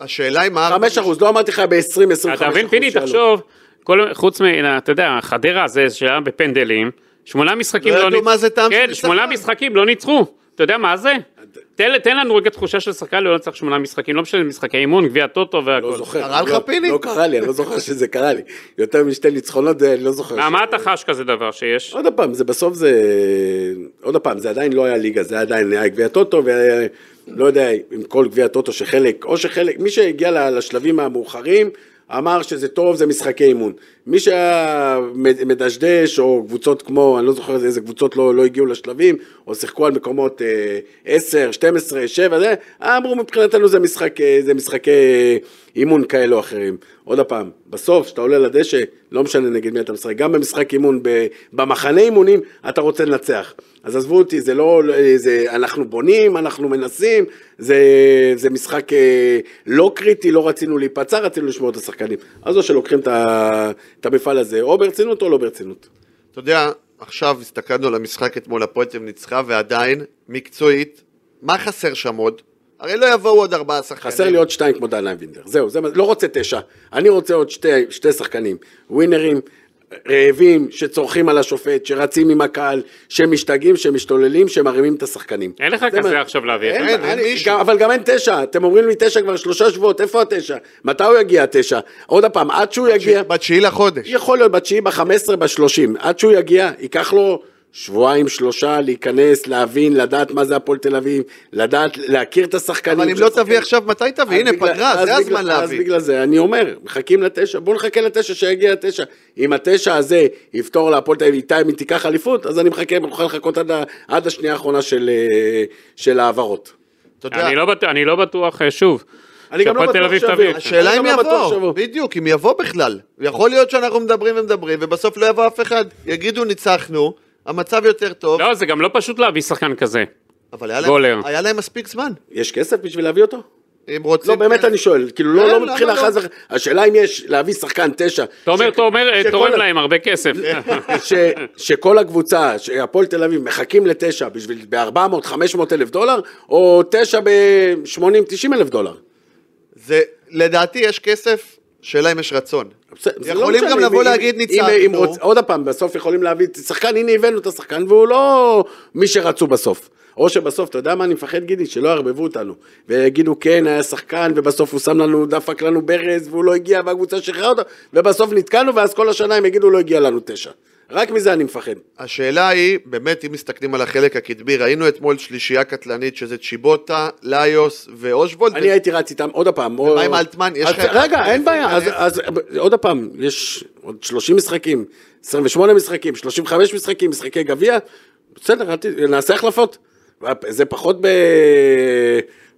השאלה אם...
5%,
ה-
לא אמרתי לך ב-20-25%.
אתה מבין, פיני, תחשוב, כל- חוץ מ... אתה יודע, חדרה זה שהיה בפנדלים, שמונה משחקים
לא
לא
ידעו
ניצחו.
מה זה טעם של
כן,
ניצחון.
שמונה משחקים לא ניצחו. אתה יודע מה זה? תן תן לנו רגע תחושה של שחקן לא לנצח שמונה משחקים, לא משנה, משחקי אימון, גביע טוטו
לא
והכל.
זוכר.
קרה לך,
לא-
פיני?
לא קרה לי, אני לא זוכר שזה קרה לי. יותר משתי ניצחונות, אני לא זוכר.
מה-
שזה-
מה אתה חש כזה דבר שיש?
לא
עוד פעם, זה בסוף זה... עוד פעם, זה עדיין לא היה ליגה, זה עדיין היה גביע טוטו, ולא יודע אם כל גביע טוטו שחלק, או שחלק, מי שהגיע ל- לשלבים המאוחרים, אמר שזה טוב, זה משחקי אימון. מי שהיה מד- מדשדש, או קבוצות כמו, אני לא זוכר איזה קבוצות לא, לא הגיעו לשלבים, או שיחקו על מקומות אה, 10, 12, 7, זה, אמרו מבחינתנו זה, משחק, אה, זה משחקי אימון כאלה או אחרים. עוד פעם, בסוף, כשאתה עולה לדשא, לא משנה נגד מי אתה משחק, גם במשחק אימון, ב- במחנה אימונים, אתה רוצה לנצח. אז עזבו אותי, זה לא, זה, אנחנו בונים, אנחנו מנסים, זה, זה משחק אה, לא קריטי, לא רצינו להיפצע, רצינו לשמור את השחקנים. אז או שלוקחים את, ה- את המפעל הזה, או ברצינות או לא ברצינות.
אתה יודע, עכשיו הסתכלנו על המשחק אתמול, הפועל תל אביב ניצחה, ועדיין, מקצועית, מה חסר שם עוד? הרי לא יבואו עוד ארבעה שחקנים.
חסר לי עוד שתיים כמו דן לוינדר, זהו, זה, מה- לא רוצה תשע, אני רוצה עוד שתי, שתי שחקנים, ווינרים, רעבים, שצורכים על השופט, שרצים עם הקהל, שמשתגעים, שמשתוללים, שמרימים את השחקנים.
אין לך
זה
כזה
מה-
עכשיו להביא.
אין,
אין, אין
אני-
מישהו.
גם- אבל גם אין תשע, אתם אומרים לי תשע כבר שלושה שבועות, איפה התשע? מתי הוא יגיע התשע? עוד פעם, עד שהוא יגיע...
בתשיעי לחודש.
יכול להיות בתשיעי, בחמש עשרה, בשלושים. עד שהוא יגיע, ייקח לו שבועיים, שלושה, להיכנס, להבין, לדעת מה זה הפועל תל אביב, לדעת, להכיר את השחקנים.
אבל אם לא
שהשחקנים-
תביא עכשיו, מתי תביא?
אז
הנה,
בגלל-
פגרה,
אז
זה
בגלל-
הזמן
אז
להביא.
בגלל זה, אני אומר, מחכים לתשע, בואו נחכה לתשע, שיגיע התשע. אם התשע הזה יפתור להפועל תל אביב, איתי אם היא תיקח אליפות, אז אני מחכה, מוכן לחכות עד ה- עד השנייה האחרונה של, אה, של ההעברות.
אתה יודע,
אני לא בטוח- אני לא בטוח, אה, שוב.
אני גם לא
שהפועל תל
בטוח
אביב
שיביא.
תביא.
הש-
השאלה
אני
אם
גם לא בטוח
יבוא,
שיבוא.
בדיוק, אם יבוא בכלל. יכול להיות שאנחנו מדברים ומדברים, ובסוף לא יבוא אף אחד. יגידו, ניצחנו, המצב יותר טוב,
לא, זה גם לא פשוט להביא שחקן כזה.
אבל היה
גולר.
להם- היה להם מספיק זמן.
יש כסף בשביל להביא אותו?
אם רוצים...
לא, באמת אני שואל, כאילו,
כן,
לא, לא
למה
מבחינה
לא?
חס וחלילה, השאלה אם יש להביא שחקן תשע.
תומר,
ש-
תומר, אה,
שכל-
תורם להם הרבה כסף.
ש, שכל הקבוצה, הפועל תל אביב, מחכים לתשע בשביל ב-400, 500 אלף דולר, או תשע ב-80, 90 אלף דולר.
זה, לדעתי יש כסף, שאלה אם יש רצון.
זה- זה לא
יכולים
משנה,
גם
אם-
לבוא
אם-
להגיד
אם-
ניצחנו.
אם רוצ- עוד פעם, בסוף יכולים להביא את השחקן, הנה הבאנו את השחקן, והוא לא מי שרצו בסוף. או שבסוף, אתה יודע מה אני מפחד, גידי? שלא יערבבו אותנו. ויגידו, כן, היה שחקן, ובסוף הוא שם לנו, דפק לנו ברז, והוא לא הגיע, והקבוצה שחררה אותו, ובסוף נתקענו, ואז כל השנה הם יגידו, לא הגיע לנו תשע. רק מזה אני מפחד.
השאלה היא, באמת, אם מסתכלים על החלק הקדמי, ראינו אתמול שלישייה קטלנית, שזה צ'יבוטה, ליוס ואושוולד.
אני הייתי רץ איתם עוד פעם. או-
ומה עם אלטמן? יש
אז-
לך-
רגע, אין בעיה. אז-
אה,
אז עוד פעם, יש עוד 30 משחקים, 28 משחקים, 35 משחקים, משחקי גביע. בסדר, אל ת- נעשה החלפות. זה פחות ב-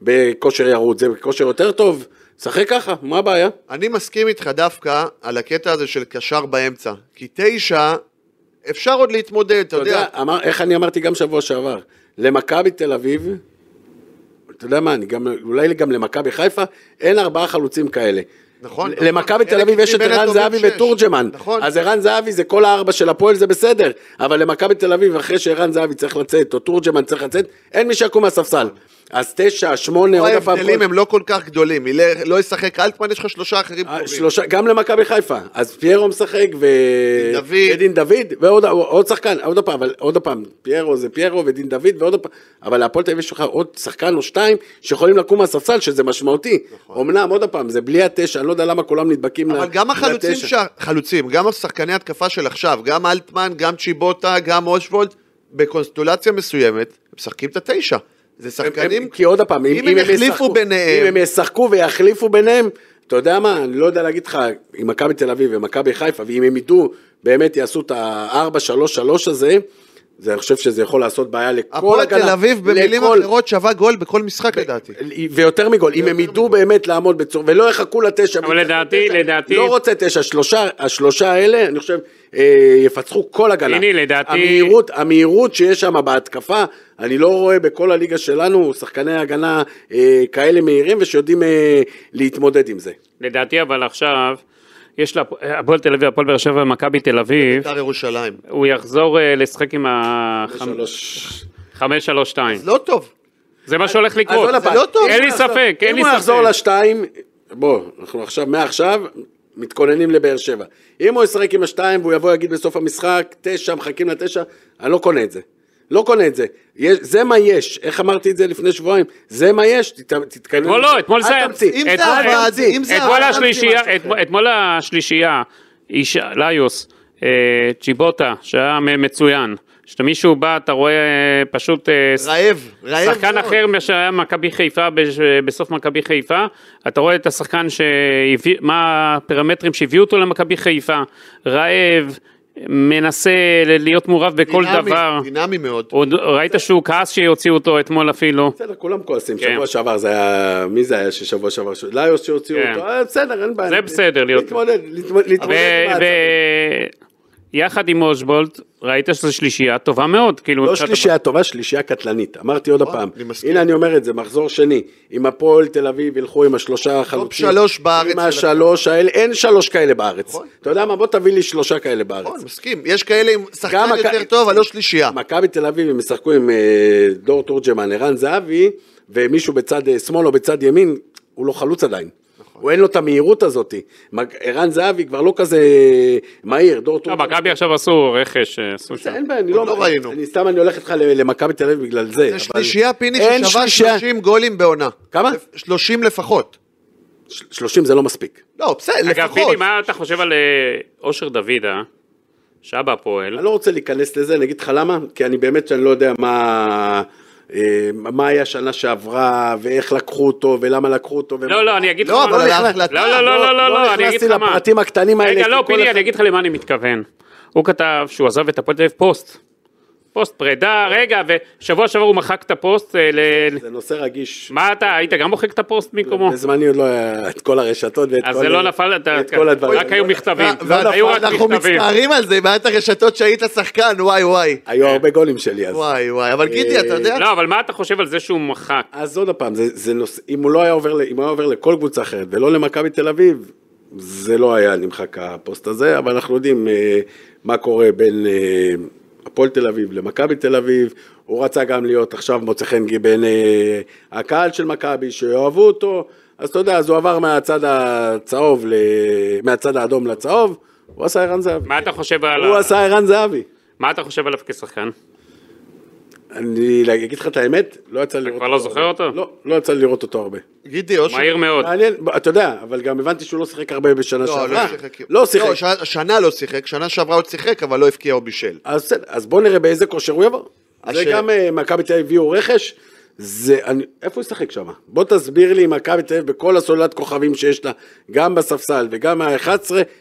בכושר ירוד, זה בכושר יותר טוב. שחק ככה, מה הבעיה?
אני מסכים איתך דווקא על הקטע הזה של קשר באמצע. כי תשע, אפשר עוד להתמודד, אתה יודע.
אמר, איך אני אמרתי גם שבוע שעבר, למכבי תל אביב, אתה יודע מה, אני גם, אולי גם למכבי חיפה, אין ארבעה חלוצים כאלה.
נכון.
ל- למכבי
אלה
תל אביב יש את
בין
ערן
הטובים
זהבי
שיש.
ותורג'מן.
נכון.
אז ערן זהבי זה כל הארבע של הפועל, זה בסדר. אבל למכבי תל אביב, אחרי שערן זהבי צריך לצאת, או תורג'מן צריך לצאת, אין מי שיקום מהספסל. אז תשע, שמונה, עוד פעם...
נכון. ההבדלים הם לא כל כך גדולים, מילר לא ישחק אלטמן, יש לך שלושה אחרים
אה,
טובים.
שלושה, גם למכבי חיפה. אז פיירו משחק, ו...
דוד.
ודין דוד, ועוד עוד שחקן, עוד פעם, אבל עוד פעם, פיירו זה פיירו ודין דוד, ועוד פעם, אבל להפועל תל אביב יש לך עוד שחקן או שתיים שיכולים לקום מהספסל, שזה משמעותי. אמנם, עוד פעם, זה בלי התשע, אני לא יודע למה כולם נדבקים
נכון. אבל
ל-
גם החלוצים,
אה, לתשע.
שה- חלוצים, גם השחקני התקפה של עכשיו, גם אלטמן, גם צ'יבוטה, גם אושוולד, בקונסטולציה מסוימת, משחקים את התשע. זה שחקנים,
הם- כי עוד פעם, אם,
אם הם יחליפו
ישחקו-
ביניהם-
אם הם ישחקו ויחליפו ביניהם, אתה יודע מה, אני לא יודע להגיד לך, אם מכבי תל אביב ומכבי חיפה, ואם הם ידעו, באמת יעשו את ה-4-3-3 הזה, זה, אני חושב שזה יכול לעשות בעיה לכל הגנה.
הפועל תל אביב במילים
לכל-
אחרות שווה גול בכל משחק לדעתי.
ויותר מגול, אם הם ידעו באמת לעמוד בצורה, ולא יחכו לתשע.
אבל לדעתי-
תשע,
לדעתי-
לא רוצה תשע, שלושה, השלושה האלה, אני חושב, אה, יפצחו כל הגנה.
הנה, לדעתי-
המהירות, המהירות שיש שם בהתקפה, אני לא רואה בכל הליגה שלנו שחקני הגנה אה, כאלה מהירים ושיודעים אה, להתמודד עם זה.
לדעתי אבל עכשיו, יש לה, הפועל תל אביב, הפועל באר שבע ומכבי תל אביב,
בית"ר ירושלים.
הוא יחזור אה, לשחק עם ה...
שלוש.
5-3-2.
אז לא טוב.
זה מה שהולך
אז
לקרות.
עוד
זה
הפעם,
לא טוב.
אם
אין לי
הוא יחזור-
ספק, אין לי
אם הוא יחזור
ספק.
לשתיים, בוא, אנחנו עכשיו, מעכשיו, מתכוננים לבאר שבע. אם הוא ישחק עם השתיים והוא יבוא יגיד בסוף המשחק, תשע, מחכים לתשע, אני לא קונה את זה. לא קונה את זה. יש, זה מה יש, איך אמרתי את זה לפני שבועיים? זה מה יש, תת- תתקדם.
אתמול לא, אתמול זה...
אל תמציא.
אם
אתמול-
זה עבד,
אתמול-
אם זה
אתמול
עבד, אל
השלישייה,
תמציא
אתמול- אתמול השלישייה, איש- ליוס, אה, צ'יבוטה, שהיה מ- מצוין. כשאתה מישהו בא, אתה רואה אה, פשוט... אה, ס-
רעב, רעב.
שחקן
מאוד.
אחר מה שהיה מכבי חיפה, בש- בסוף מכבי חיפה, אתה רואה את השחקן שהביא, מה הפרמטרים שהביאו אותו למכבי חיפה, רעב, מנסה ל- להיות מעורב בכל
דינמי,
דבר,
דינמי מאוד.
עוד ראית שהוא כעס שהוציאו אותו אתמול אפילו,
בסדר, כולם כועסים,
כן.
שבוע שעבר זה היה, מי זה היה ששבוע שעבר, ש- ליוס שהוציאו
כן.
אותו, אה, בסדר, אין בעיה.
זה בסדר להיות-
להתמודד, להתמודד, להתמודד עם
ו-
ההצעה.
ו- יחד עם אושבולט, ראית שזו שלישייה טובה מאוד, כאילו,
לא
מבחינת-
שלישייה טובה, שלישייה קטלנית. אמרתי עוד הפעם.
אני מסכים.
הנה אני אומר את זה, מחזור שני. אם הפועל תל אביב ילכו עם השלושה החלוצים.
שלוש בארץ
עם
של
השלוש האלה, אין שלוש כאלה בארץ.
נכון.
אתה יודע מה, בוא תביא לי שלושה כאלה בארץ.
נכון, מסכים. יש כאלה עם שחקן
גם הכ-
יותר טוב, אבל לא שלישייה.
מכבי תל אביב, הם ישחקו עם אה, דור תורג'מן, ערן זהבי, ומישהו בצד אה, שמאל או בצד ימין, הוא לא חלוץ עדיין.
נכון.
הוא אין לו את המהירות הזאת. מג- ערן זהבי כבר לא כזה מהיר, דור
לא,
תורג'מן.
מכבי עכשיו עשו רכש, אה, עשו שם.
אין בעיה, אני
עוד
לא...
לא ראינו.
אני סתם, אני הולך איתך ל- למכבי תל אביב בגלל זה. אבל-
זה שלישייה פיני
אין
ששווה
שלישייה.
30 גולים בעונה.
כמה?
30 לפחות.
30 זה לא מספיק.
לא, בסדר,
אגב,
לפחות.
פיני, מה אתה חושב על אה, אושר דוד, אה? שהיה בהפועל.
אני לא רוצה להיכנס לזה, אני אגיד לך למה, כי אני באמת שאני לא יודע מה... אה, מה היה שנה שעברה, ואיך לקחו אותו, ולמה לקחו אותו. ומה-
לא, לא, אני אגיד לך
לא,
מה.
אבל
נכנס-
ההחלטה...
לא, לא, לא, לא, לא, לא, אני אגיד לך מה.
נכנסתי לפרטים הקטנים האלה.
רגע,
כי
לא,
כל
פיני,
אחד-
אני אגיד לך למה אני מתכוון. הוא כתב שהוא עזב את הפועל תל אביב פוסט. פוסט פרידה, רגע, ושבוע שעבר הוא מחק את הפוסט. אה, ל-
זה נושא רגיש.
מה אתה, היית גם מוחק את הפוסט במקומו?
בזמני עוד לא היה את כל הרשתות ואת כל...
אז זה לא נפל, אתה-
את כל הדברים. לא,
רק היו מכתבים.
ו-
לא, היו רק
נכון.
אנחנו
מכתבים.
מצטערים על זה, בעיית הרשתות שהיית שחקן, וואי וואי.
היו הרבה גולים שלי אז.
וואי וואי, אבל גידי, אתה יודע,
לא, אבל מה אתה חושב על זה שהוא מחק?
אז עוד פעם, זה, זה נושא, אם הוא לא היה עובר, ל- אם הוא היה עובר לכל קבוצה אחרת ולא למכבי תל אביב, זה לא היה נמחק הפוסט הזה, אבל אנחנו יודעים אה, מה קורה בין אה, הפועל תל אביב למכבי תל אביב. הוא רצה גם להיות עכשיו מוצא חן בין אה, הקהל של מכבי, שאוהבו אותו, אז אתה יודע, אז הוא עבר מהצד הצהוב, ל... מהצד האדום לצהוב, הוא עשה ערן זהבי.
מה אתה לא- חושב על
הוא
ה-
עשה ערן זהבי.
מה אתה חושב עליו כשחקן?
אני אגיד לך את האמת, לא יצא לי לראות
כבר לא זוכר אותו?
לא, לא יצא לי לראות אותו הרבה.
גידי, לא אושר...
מהיר מאוד.
מעניין, אתה יודע, אבל גם הבנתי שהוא לא שיחק הרבה בשנה
לא,
שעברה.
לא שיחק.
לא שיחק.
ש- שנה לא שיחק, שנה שעברה עוד שיחק, אבל לא הבקיע או בישל.
אז בסדר, אז בוא נראה באיזה כושר הוא יבוא. זה
אשר-
גם אה, מכבי תל אביב הביאו רכש. זה, אני, איפה הוא ישחק שם? בוא תסביר לי, מכבי תל אביב, בכל הסוללת כוכבים שיש לה, גם בספסל וגם ה-11,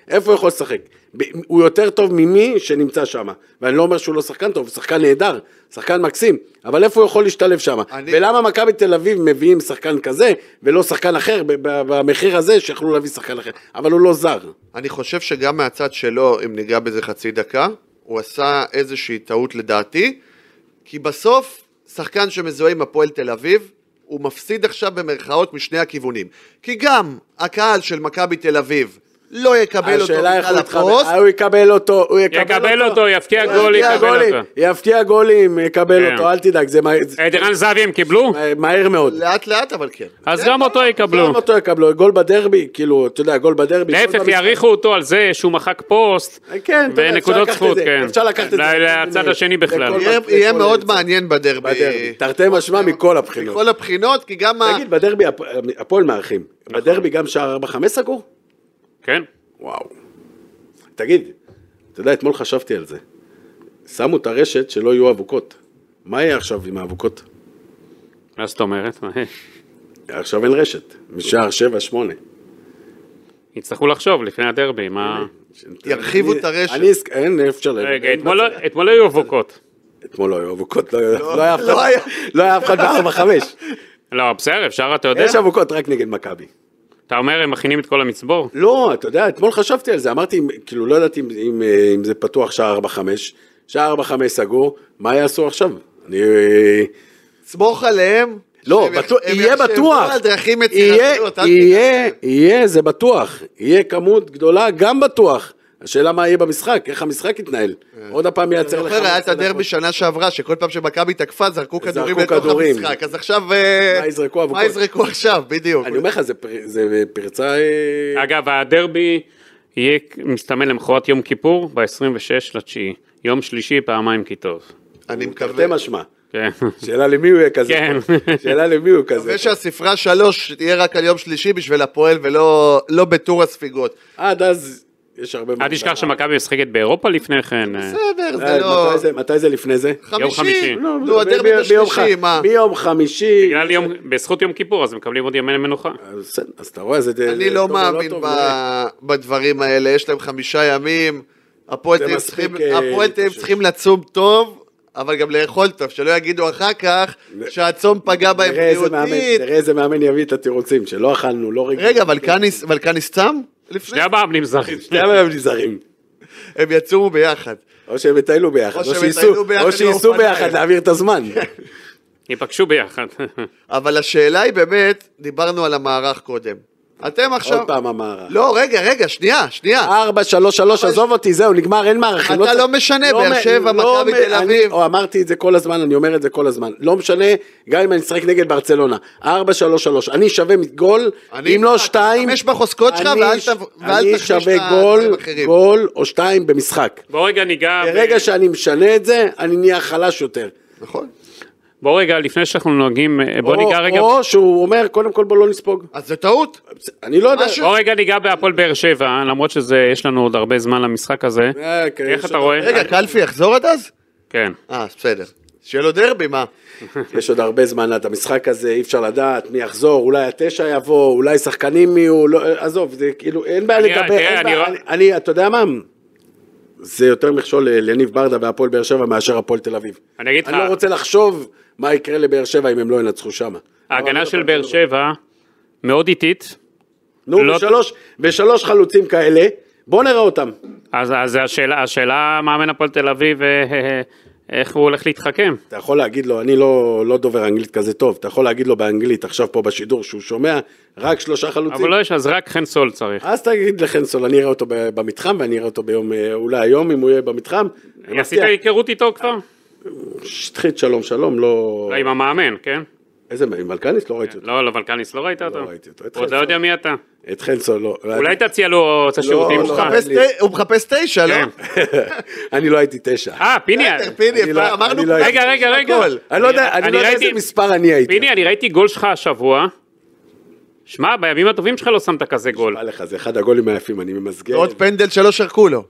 איפה הוא יכול לשחק? ב- הוא יותר טוב ממי שנמצא שם. ואני לא אומר שהוא לא שחקן טוב, הוא שחקן נהדר, שחקן מקסים, אבל איפה הוא יכול להשתלב שם?
אני-
ולמה מכבי תל אביב מביאים שחקן כזה, ולא שחקן אחר, ב- ב- במחיר הזה שיכלו להביא שחקן אחר, אבל הוא לא זר.
אני חושב שגם מהצד שלו, אם ניגע בזה חצי דקה, הוא עשה איזושהי טעות לדעתי, כי בסוף, שחקן שמזוהה עם הפועל תל אביב, הוא מפסיד עכשיו במרכאות משני הכיוונים. כי גם הקהל של מכבי תל אביב לא יקבל אותו
השאלה איך
בגלל
הוא
הפוסט.
יתחבר, אה, הוא יקבל אותו, הוא
יקבל אותו, יפקיע
הוא
גול,
יפקיע
יקבל
גולים,
אותו.
יפקיע גולים, יקבל
כן.
אותו, אל תדאג, זה מה-
את ערן זהבי הם קיבלו?
מה- מהר מאוד. לא,
לאט לאט אבל כן.
אז גם אותו יקבלו.
גם אותו יקבלו, גול בדרבי, כאילו, אתה יודע, גול בדרבי. גול
להפך,
במשחק.
יעריכו אותו על זה שהוא מחק פוסט.
כן, אתה יודע, אפשר
ונקודות
לקחת
זכות,
את זה,
כן.
אפשר לקחת את זה.
ל- לצד השני בכלל.
לכל-
יהיה-
לכל-
יהיה מאוד
לכל-
מעניין בדרבי.
בדרבי, תרתי משמע מכל הבחינות.
אה, מכל הבחינות, כי גם ה...
תגיד, בדרבי, הפ- הפועל מארחים,
נכון.
בדרבי גם שער 4-5 סגור?
כן.
וואו. תגיד, אתה יודע, אתמול חשבתי על זה. שמו את הרשת שלא יהיו אבוקות. מה יהיה עכשיו עם האבוקות?
מה אה, זאת אומרת?
עכשיו אין רשת, משער 7-8.
יצטרכו לחשוב לפני הדרבי, מה...
ירחיבו
אני-
את הרשת.
אני אס- אין, אי אפשר...
רגע,
אין
אתמול
מצב.
לא- אתמול לא היו אבוקות.
אתמול לא היו אבוקות, לא היה- לא היה אף אחד- לא היה אף אחד ב-4-5.
כן.
לא, בסדר, אפשר, אתה יודע.
יש אבוקות רק נגד מכבי.
אתה אומר, הם מכינים את כל המצבור?
לא, אתה יודע, אתמול חשבתי על זה, אמרתי, אם- כאילו, לא ידעתי אם, אם, אה, אם זה פתוח שעה 4-5, שעה 4-5 סגור, מה יעשו עכשיו? אני... אה,
סמוך עליהם.
לא,
שהם יח-
בטוח,
הם
יהיה
יחשבו
בטוח,
על דרכים
יהיה,
יצירתיות. אל תדאג.
יהיה, יהיה, זה בטוח, יהיה כמות גדולה, גם בטוח. השאלה מה יהיה במשחק, איך המשחק יתנהל. עוד הפעם
אתה
ייצר לך...
אה. זוכר, היה את הדרבי שנה שעברה, שכל פעם שמכבי תקפה, זרקו כדורים לתוך
כדורים.
המשחק. אז עכשיו... אה,
מה יזרקו אבוקות?
מה יזרקו עכשיו, בדיוק.
אני אומר לך, זה פר- זה פרצה... אה,
אגב, הדרבי יהיה מסתמן למחרת יום כיפור, ב-26 לתשיעי. יום שלישי, פעמיים כי טוב.
אני
תרתי
מקווה.
משמע.
כן.
שאלה למי הוא יהיה כזה.
כן.
שאלה למי הוא כזה.
מקווה שהספרה שלוש תהיה רק על יום שלישי בשביל הפועל ולא לא בטור הספיגות.
עד אז, יש הרבה...
אל
מאוד
תשכח
בעיה.
שמכבי משחקת באירופה לפני כן.
בסדר,
אה,
זה לא...
מתי זה- מתי זה לפני זה?
יום חמישי.
לא,
נו, הדרבי
ב- ביום
בשלישי,
ח-
מה?
ביום חמישי.
בגלל יום, בזכות יום כיפור, אז מקבלים עוד ימי מנוחה.
אז בסדר, אז אתה רואה, זה... זה-
אני
זה
לא
טוב או
מאמין
טוב,
ב-
זה-
בדברים האלה, יש להם חמישה ימים, הפועל תל
זה
אביב
מספיק,
צריכים-
אה,
הפועל תל אביב
להתאושש.
צריכים לצום טוב, אבל גם לאכול טוב, שלא יגידו אחר כך שהצום פגע בהם
נראה איזה מאמן-
בריאותית.
נראה איזה מאמן יביא את התירוצים, שלא אכלנו, לא רגע.
רגע, אבל קאניס- אבל קאניס צם? לפני?
שני הבאבלים זרים.
שני המאמנים נזהרים.
הם יצומו ביחד.
או שהם יטיילו ביחד,
או
או
שהם
שייסעו-
יטיילו ביחד לא
או שייסעו
לאופניים.
ביחד להעביר את הזמן.
ייפגשו ביחד.
אבל השאלה היא באמת, דיברנו על המערך קודם. אתם עכשיו...
עוד פעם אה. המערך.
לא, רגע, רגע, שנייה, שנייה.
ארבע, שלוש, שלוש,
אבל-
עזוב אותי, זהו, נגמר, אין מערכים.
אתה
צריך-
לא משנה,
לא
באר
מ-
שבע,
לא
מכבי,
מ-
תל
אני-
אביב.
או, אמרתי את זה כל הזמן, אני אומר את זה כל הזמן. לא משנה, גם אם אני אשחק נגד ברצלונה. ארבע, שלוש, שלוש. אני שווה גול,
אני
אם לא
איתך,
שתיים.
תשתמש בחוזקות שלך
אני
ואל
ש-
תב- ואל
אני
תחמיש את
שווה
הדברים
גול,
האחרים.
גול או שתיים במשחק.
בואו רגע ניגע...
אוקיי.
ב-
ברגע שאני משנה את זה, אני נהיה חלש יותר.
נכון.
בואו רגע, לפני שאנחנו נוהגים, בואו
או-
ניגע רגע...
או שהוא אומר, קודם כל בוא לא נספוג.
אז זה טעות.
אני לא יודע.
משהו-
בואו רגע ניגע בהפועל באר שבע, למרות שיש לנו עוד הרבה זמן למשחק הזה.
אה, כן,
איך
יש
אתה
עוד-
רואה?
רגע, קלפי יחזור עד אז?
כן.
אה, בסדר. שיהיה לו דרבי, מה?
יש עוד הרבה זמן עד המשחק הזה, אי אפשר לדעת מי יחזור, אולי התשע יבוא, אולי שחקנים יהיו, לא, עזוב, זה כאילו, אין בעיה
אני-
לדבר,
תראה,
אין
אני
בעיה,
רא-
אני- אני, אתה יודע מה? זה יותר מכשול ל- ליניב ברדה והפועל באר שבע מאשר הפועל תל אביב.
אני אגיד לך,
אני לא רוצה לחשוב מה יקרה לבאר שבע אם הם לא ינצחו שם.
ההגנה של באר שבע מאוד איטית,
נו,
לא-
ושלוש, ושלוש חלוצים כאלה, בוא נראה אותם.
אז אז השאלה, השאלה מאמן הפועל תל אביב, אה, אה, אה, איך הוא הולך להתחכם.
אתה יכול להגיד לו, אני לא, לא דובר אנגלית כזה טוב, אתה יכול להגיד לו באנגלית עכשיו פה בשידור שהוא שומע רק שלושה חלוצים.
אבל לא יש, אז רק חן סול צריך.
אז תגיד לחנסון, אני אראה אותו ב- במתחם, ואני אראה אותו ביום, אה, אולי היום, אם הוא יהיה במתחם. אני
עשית
מבטיח.
היכרות איתו כבר?
שטחית שלום שלום, לא...
עם המאמן, כן?
איזה, עם מלכניס? לא ראיתי אותו.
לא, לא, ולקניס, לא ראית אותו?
ראיתי אותו.
הוא עוד לא יודע מי אתה.
את חנסון, לא.
אולי תציע לו את השירותים
לא,
שלך.
לא.
מחפש
לי.
ת- הוא מחפש תשע, לא?
כן.
אני לא הייתי תשע.
אה, פיני,
בסדר, פיני,
אני לא-
אפשר- אמרנו...
אני לא-
כבר,
רגע,
יש
רגע,
לך
רגע.
גול.
אני לא יודע, אני לא יודע
ראיתי-
איזה מספר אני הייתי.
פיני, אני ראיתי גול שלך השבוע. שמע, בימים הטובים שלך לא שמת כזה גול.
בא לך, זה אחד הגולים היפים, אני ממסגר.
עוד פנדל שלא שרקו לו.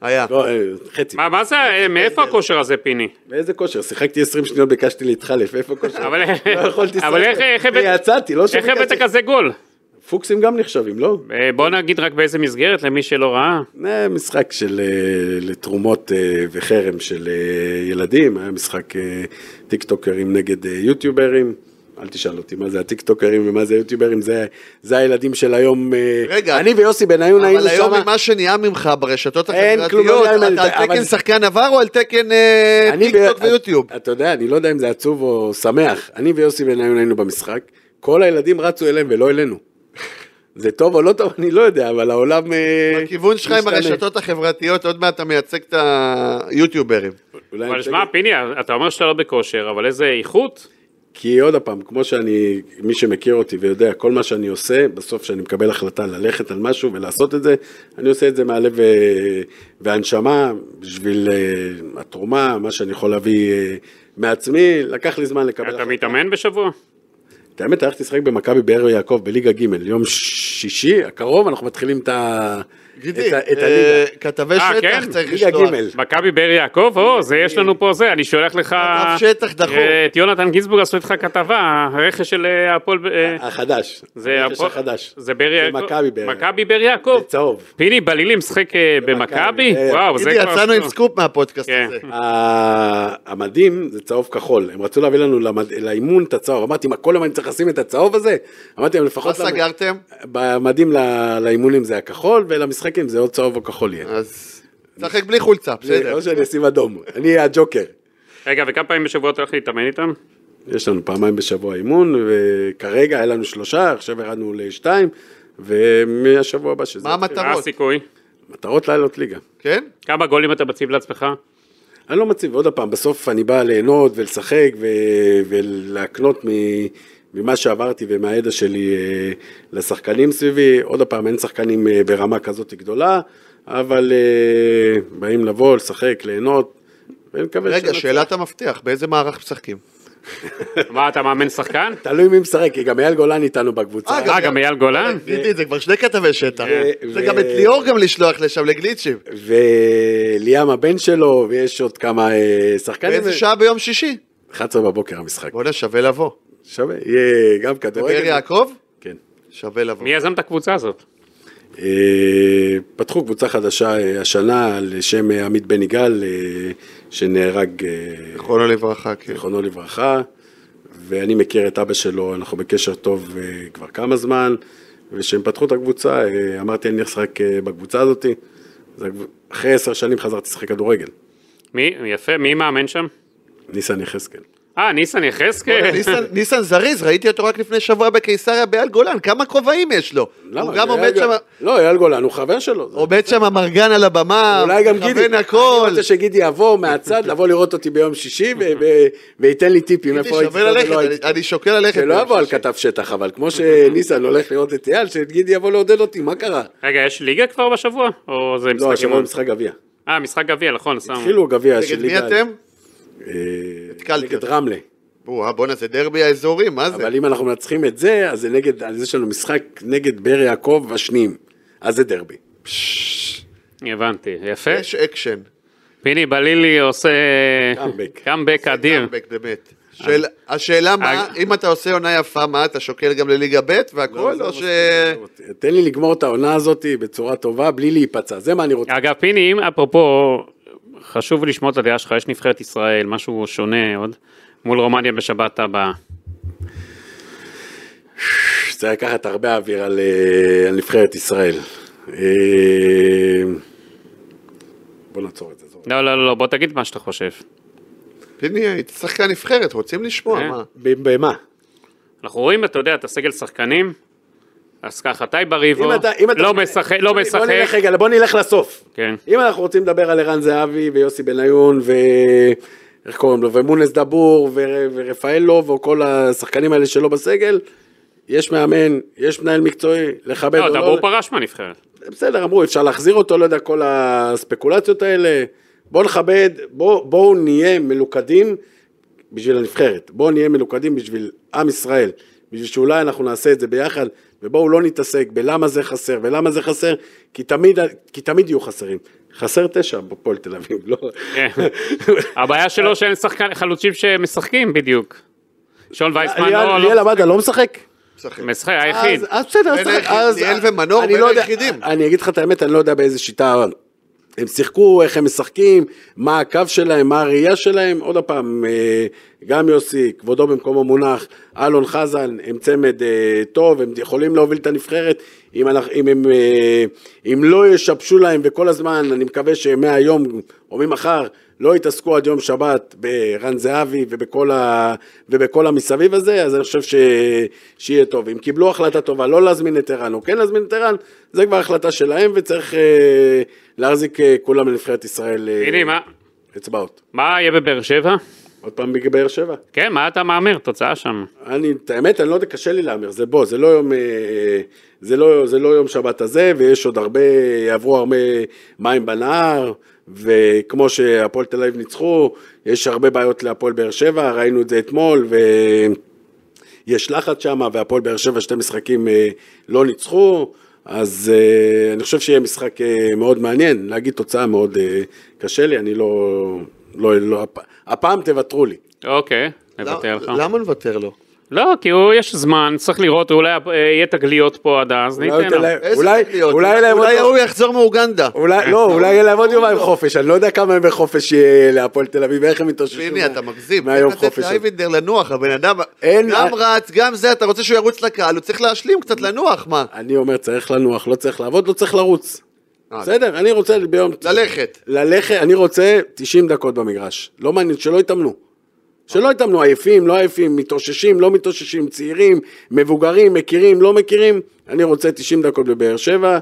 היה.
לא, אה, חצי.
מה, מה זה, אה, מאיפה הכושר הזה, פיני?
איזה כושר? שיחקתי 20 שניות, ביקשתי להתחלף, איפה כושר?
אבל
לא יכולתי...
אבל
לשחק.
איך- איך הבאת-
אני יצאתי, לא
איך הבאת כזה גול?
פוקסים גם נחשבים, לא?
אה, בוא נגיד רק באיזה מסגרת, למי שלא ראה.
זה משחק של אה, לתרומות אה, וחרם של אה, ילדים, היה משחק אה, טיקטוקרים נגד אה, יוטיוברים. אל תשאל אותי מה זה הטיקטוקרים ומה זה היוטיוברים, זה, זה הילדים של היום. אה,
רגע.
אני ויוסי בניון היינו
אבל היום
שמה,
עם מה שנהיה ממך ברשתות
אין כלום, לא
החברתיות,
יודע אם אני-
אתה על
אבל-
תקן שחקן עבר או על תקן אה,
אני
טיקטוק
ו-
ויוטיוב?
אתה יודע, אני לא יודע אם זה עצוב או שמח. אני ויוסי בניון היינו במשחק, כל הילדים רצו אליהם ולא אלינו. זה טוב או לא טוב, אני לא יודע, אבל העולם... אה,
הכיוון שלך עם
משתנה.
הרשתות החברתיות, עוד מעט אתה מייצג את היוטיוברים.
אולי
אבל
אני
שמע,
אצא-
פיני, אתה אומר שאתה לא בכושר, אבל איזה איכות?
כי עוד פעם, כמו שאני, מי שמכיר אותי ויודע, כל מה שאני עושה, בסוף כשאני מקבל החלטה ללכת על משהו ולעשות את זה, אני עושה את זה מהלב אה, והנשמה, בשביל אה, התרומה, מה שאני יכול להביא אה, מעצמי, לקח לי זמן לקבל
אתה מתאמן בשבוע?
את האמת, הלכתי לשחק במכבי באר יעקב בליגה ג', יום שישי הקרוב, אנחנו מתחילים את ה...
גידי,
את ה- את
אה,
הליגה.
כתבי
אה,
שטח
כן,
צריך
ליגה
לשלוח.
ג'.
מכבי באר יעקב? או, זה יש לנו פה זה, אני שולח לך...
כתב שטח דחוף.
אה, את יונתן גינזבורג עשו איתך כתבה, הרכש של אה, הפועל... אה,
החדש.
זה
הרכש
הפועל-
החדש.
זה באר יעקב.
מכבי באר יעקב.
מכבי באר יעקב.
צהוב.
פיני בלילי משחק אה, במכבי?
אה,
וואו, זה
גידי,
כבר...
יצאנו עם סקופ מהפודקאסט
כן.
הזה.
ה- המדים זה צהוב כחול, הם רצו להביא לנו למד- לאימון את הצהוב, אמרתי מה כל יום אני צריך לשים את הצהוב הזה? אמרתי להם
מה
לפחות... למ-
סגרתם?
במדים ל- לאימונים זה הכחול ולמשחקים זה או צהוב או כחול יהיה.
אז תשחק בלי חולצה, אה, בסדר.
או שאני אשים אדום, אני אהיה הג'וקר.
רגע, וכמה פעמים בשבוע אתה הולך להתאמן איתם?
יש לנו פעמיים בשבוע אימון, וכרגע היה לנו שלושה, עכשיו ירדנו לשתיים, ומהשבוע הבא שזה...
מה
יתחיל.
המטרה?
מה
מטרות.
הסיכוי?
מטרות לעלות ליגה.
כן?
כמה גולים אתה מציב לעצמך?
אני לא מציב, עוד פעם, בסוף אני בא ליהנות ולשחק ו- ולהקנות מ- ממה שעברתי ומהידע שלי אה, לשחקנים סביבי. עוד פעם, אין שחקנים אה, ברמה כזאת גדולה, אבל אה, באים לבוא, לשחק, ליהנות, ואני מקווה
רגע,
שנצליח.
שאלת המפתח, באיזה מערך משחקים?
מה, אתה מאמן שחקן?
תלוי מי משחק, כי גם אייל גולן איתנו בקבוצה.
אה,
אה, גם אייל גולן?
גידי, זה כבר שני כתבי שטח.
ו-
זה
ו- כן,
גם את ליאור גם לשלוח לשם, לגליצ'ים.
וליאם הבן שלו, ויש עוד כמה אה, שחקנים.
באיזה שעה ביום שישי?
11 בבוקר המשחק.
בואנה, שווה לבוא.
שווה, יהיה גם כדורגל.
בבאר יעקב?
כן.
שווה לבוא.
מי יזם את הקבוצה הזאת?
אה, פתחו קבוצה חדשה אה, השנה על שם אה, עמית בן יגאל, אה, שנהרג, אה,
זיכרונו לברכה, כן.
זיכרונו לברכה, ואני מכיר את אבא שלו, אנחנו בקשר טוב אה, כבר כמה זמן, וכשהם פתחו את הקבוצה, אה, אמרתי אני הולך לשחק אה, בקבוצה הזאת, זה הקב- אחרי עשר שנים חזרתי לשחק כדורגל,
מי? יפה, מי מאמן שם?
ניסן יחזקאל.
אה, ניסן יחזקאל.
ניסן- ניסן זריז, ראיתי אותו רק לפני שבוע בקיסריה באייל גולן, כמה כובעים יש לו. הוא
למה?
גם
זה
עומד
אייל
שם,
גולן. לא, אייל גולן הוא חבר שלו. זה-
עומד שם אמרגן על הבמה,
אולי גם גידי.
מכוון הכל.
אני רוצה שגידי יבוא מהצד, לבוא לראות אותי ביום שישי ו- ו- וייתן לי טיפים
גידי,
איפה הייתי
שווה
טוב ולא
ללכת,
הייתי לא
אני-
טוב.
אני שוקל ללכת.
שלא
ביום
יבוא על
שישי.
כתב שטח, אבל כמו שניסן הולך לראות את אייל, שגידי יבוא לעודד אותי, מה
לא,
קרה?
רגע, יש ליגה כבר בשבוע? או זה
לא,
משחק
השבוע
אימון?
משחק גביע.
אה, משחק גביע, נכון, סתם.
התחילו גביע של
נגד מי אתם?
אה,
התקלתם.
נגד רמלה.
בוא, בואנה, זה דרבי האזורי, מה זה?
אבל אם אנחנו מנצחים את זה, אז זה נגד, אז יש לנו משחק נגד באר יעקב השניים. אז זה דרבי.
הבנתי, יפה.
יש אקשן.
פיני בלילי עושה...
קאמבק.
קאמבק אדיר.
קאמבק, באמת. שאל- השאלה מה,
אה.
אם אתה עושה עונה יפה, מה, אתה שוקל גם לליגה ב'
לא,
והכל, או ש...
תן לי לגמור את העונה הזאת בצורה טובה, בלי להיפצע. זה מה אני רוצה.
אגב, פיני, אם אפרופו, חשוב לשמוע את הדעה שלך, יש נבחרת ישראל, משהו שונה עוד, מול רומניה בשבת הבאה.
זה לקחת הרבה אוויר על, אה, על נבחרת ישראל. אה, בוא נעצור את זה. זהו.
לא, לא, לא, לא, בוא תגיד מה שאתה חושב.
פיני, היית שחקן נבחרת, רוצים לשמוע,
אה.
מה?
ב- במה?
אנחנו רואים, אתה יודע, את הסגל שחקנים, אז ככה, טייב אריבו,
אם אתה- אם אתה-
לא משחק, לא
בוא
משחק,
נלך רגע, בוא נלך לסוף.
כן.
אם אנחנו רוצים לדבר על ערן זהבי ויוסי בניון ו... איך קוראים לו? ומונס דבור ו... ורפאלו וכל השחקנים האלה שלא בסגל, יש מאמן, יש מנהל מקצועי, לכבד
לא,
או
דבור
לא.
פרש מהנבחרת.
בסדר, אמרו, אפשר להחזיר אותו, לא יודע, כל הספקולציות האלה. בואו נכבד, בואו בוא נהיה מלוכדים בשביל הנבחרת. בואו נהיה מלוכדים בשביל עם ישראל. בשביל שאולי אנחנו נעשה את זה ביחד, ובואו לא נתעסק בלמה זה חסר ולמה זה חסר, כי תמיד, כי תמיד יהיו חסרים. חסר תשע בפועל תל אביב, לא?
כן. הבעיה
אה,
שלו שאין שחקן, חלוצים שמשחקים בדיוק. שון וייסמן לא,
ליאל
לא,
עמדה לא משחק?
משחק.
משחק, היחיד.
אז, אה, אז בסדר, אז
בין
צריך,
היחיד-
אז...
ליאל ומנור
אני
בין
לא יודע-
היחידים.
אני אגיד לך את האמת, אני לא יודע באיזה שיטה הם שיחקו, איך הם משחקים, מה הקו שלהם, מה הראייה שלהם. עוד פעם, אה, גם יוסי, כבודו במקומו מונח, אלון חזן, הם צמד אה, טוב, הם יכולים להוביל את הנבחרת. אם, אנחנו, אם הם אה, אם לא ישבשו להם וכל הזמן, אני מקווה שמהיום או ממחר לא יתעסקו עד יום שבת ברן זהבי ובכל, ה... ובכל המסביב הזה, אז אני חושב ש... שיהיה טוב. אם קיבלו החלטה טובה לא להזמין את ערן או כן להזמין את ערן, זה כבר החלטה שלהם וצריך אה, להחזיק אה, כולם לנבחרת ישראל אה,
גידי, מה-
אצבעות.
מה יהיה בבאר שבע?
עוד פעם בבאר שבע.
כן, מה אתה מהמר? תוצאה שם.
אני, את האמת, אני לא יודע, קשה לי להמר, זה בוא, זה לא יום, אה, זה לא, זה לא יום שבת הזה, ויש עוד הרבה, יעברו הרבה מים בנהר, וכמו שהפועל תל אביב ניצחו, יש הרבה בעיות להפועל באר שבע, ראינו את זה אתמול, ו... יש לחץ שם, והפועל באר שבע שתי משחקים אה, לא ניצחו, אז אה, אני חושב שיהיה משחק אה, מאוד מעניין, להגיד תוצאה מאוד אה, קשה לי, אני לא... לא, לא, הפ- הפעם תוותרו לי.
אוקיי, נוותר לך.
למ- לא-
לא.
למה נוותר לו?
לא, כי הוא, יש זמן, צריך לראות, אולי אה, יהיה תגליות פה עד אז,
אולי
ניתן
הוא
לו.
תלך-
איזה
אולי-
תגליות?
אולי להם
אולי
עוד-
הוא יחזור מאוגנדה.
אולי, לא, אולי יהיה להם עוד יומיים חופש, אני לא יודע כמה ימי חופש יהיה להפועל תל אביב, איך הם יתאוששו
פיני, אתה מגזים.
מהיום
צריך לתת
חופש. הזה.
לאייבינדר לנוח, הבן אדם
אין-
גם רץ, גם זה, אתה רוצה שהוא ירוץ לקהל, הוא צריך להשלים קצת לנוח, מה?
אני אומר, צריך לנוח, לא צריך לעבוד, לא צריך לרוץ.
אה,
בסדר, אני רוצה ביום...
ללכת.
ללכת, אני רוצה 90 דקות במגרש. לא מעניין, שלא יתאמנו. שלא יתאמנו עייפים, לא עייפים, מתאוששים, לא מתאוששים, צעירים, מבוגרים, מכירים, לא מכירים. אני רוצה 90 דקות בבאר שבע.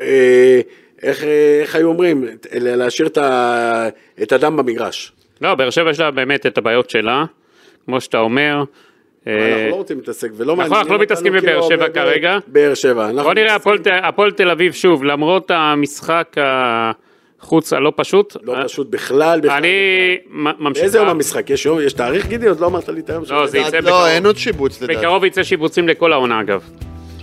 אה, איך, אה, איך היו אומרים? להשאיר את ה- את הדם במגרש.
לא, באר שבע יש לה באמת את הבעיות שלה, כמו שאתה אומר.
אנחנו
אה,
לא רוצים להתעסק ולא מעניין
אנחנו לא מתעסקים
אותנו,
בבאר
כאילו,
שבע
הרבה-
כרגע.
באר שבע. אנחנו-
בוא נראה
לא
הפועל ת- הפועל תל אביב שוב, למרות המשחק החוץ הלא פשוט. אה,
לא פשוט בכלל. בכלל.
אני מ- ממשיך.
איזה יום המשחק? יש יום? יש תאריך גידי? עוד לא אמרת לי את היום שלך.
לא, זה יצא בקרוב.
לא, אין עוד שיבוץ לדעתי.
בקרוב יצא שיבוצים לכל העונה אגב.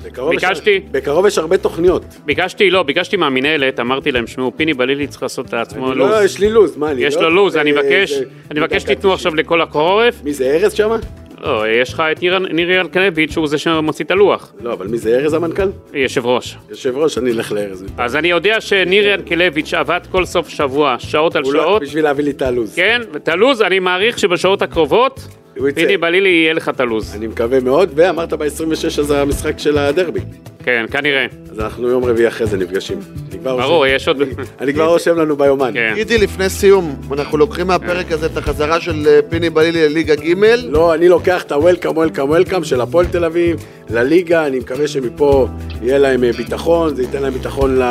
בקרוב יש-
ביקשתי.
בקרוב יש הרבה תוכניות.
ביקשתי, לא, ביקשתי מהמינהלת, אמרתי להם, שמעו, פיני בלילי צריך לעשות לעצמו
לא,
לו"ז.
יש לי לוז, מה, אני
יש
לא-
לו לו"ז, אני
אה,
מבקש,
זה-
אני מבקש
דקה
שתיתנו עכשיו לכל החורף.
מי זה ארז שמה?
לא, יש לך את ניר- ניר ילקנביץ', שהוא זה שמוציא את הלוח,
לא, אבל מי זה ארז המנכ"ל?
יושב ראש.
יושב ראש, אני אלך לארז.
אז אני יודע שניר ינקלביץ' עבד כל סוף שבוע, שעות על
הוא לא-
שעות.
בשביל להביא לי את הלוז.
כן, את הלו"ז, אני מעריך שבשעות הקרובות,
הוא יצא.
פיני בלילי יהיה לך את הלו"ז.
אני מקווה מאוד, ואמרת ב-26 אז המשחק של הדרבי.
כן, כנראה.
אז אנחנו יום רביעי אחרי זה נפגשים. אני כבר
ברור,
רושם-
יש עוד...
אני כבר רושם לנו ביומן.
כן.
גידי, לפני סיום, אנחנו לוקחים מהפרק הזה את החזרה של אה, פיני בלילי לליגה ג'
לא, אני לוקח את ה-Welcome, Welcome, Welcome של הפועל תל אביב לליגה, אני מקווה שמפה יהיה להם אה, ביטחון, זה ייתן להם ביטחון ל...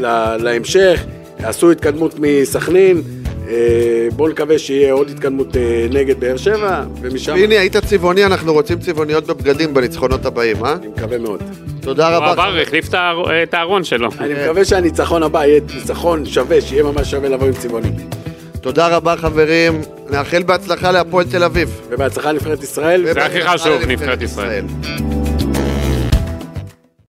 ל... להמשך, עשו התקדמות מסכנין, אה, בואו נקווה שיהיה עוד התקדמות אה, נגד באר שבע,
לא.
ומשם
פיני, היית צבעוני, אנחנו רוצים צבעוניות בבגדים בניצחונות הבאים, אה?
אני מקווה מאוד.
תודה
הוא
רבה.
עבר, החליף את האר- את הארון שלו.
אני מקווה שהניצחון הבא יהיה ניצחון שווה, שיהיה ממש שווה לבוא עם צבעוני.
תודה רבה, חברים. נאחל בהצלחה להפועל תל אביב.
ובהצלחה לנבחרת ישראל.
הכי חשוב, נבחרת ישראל.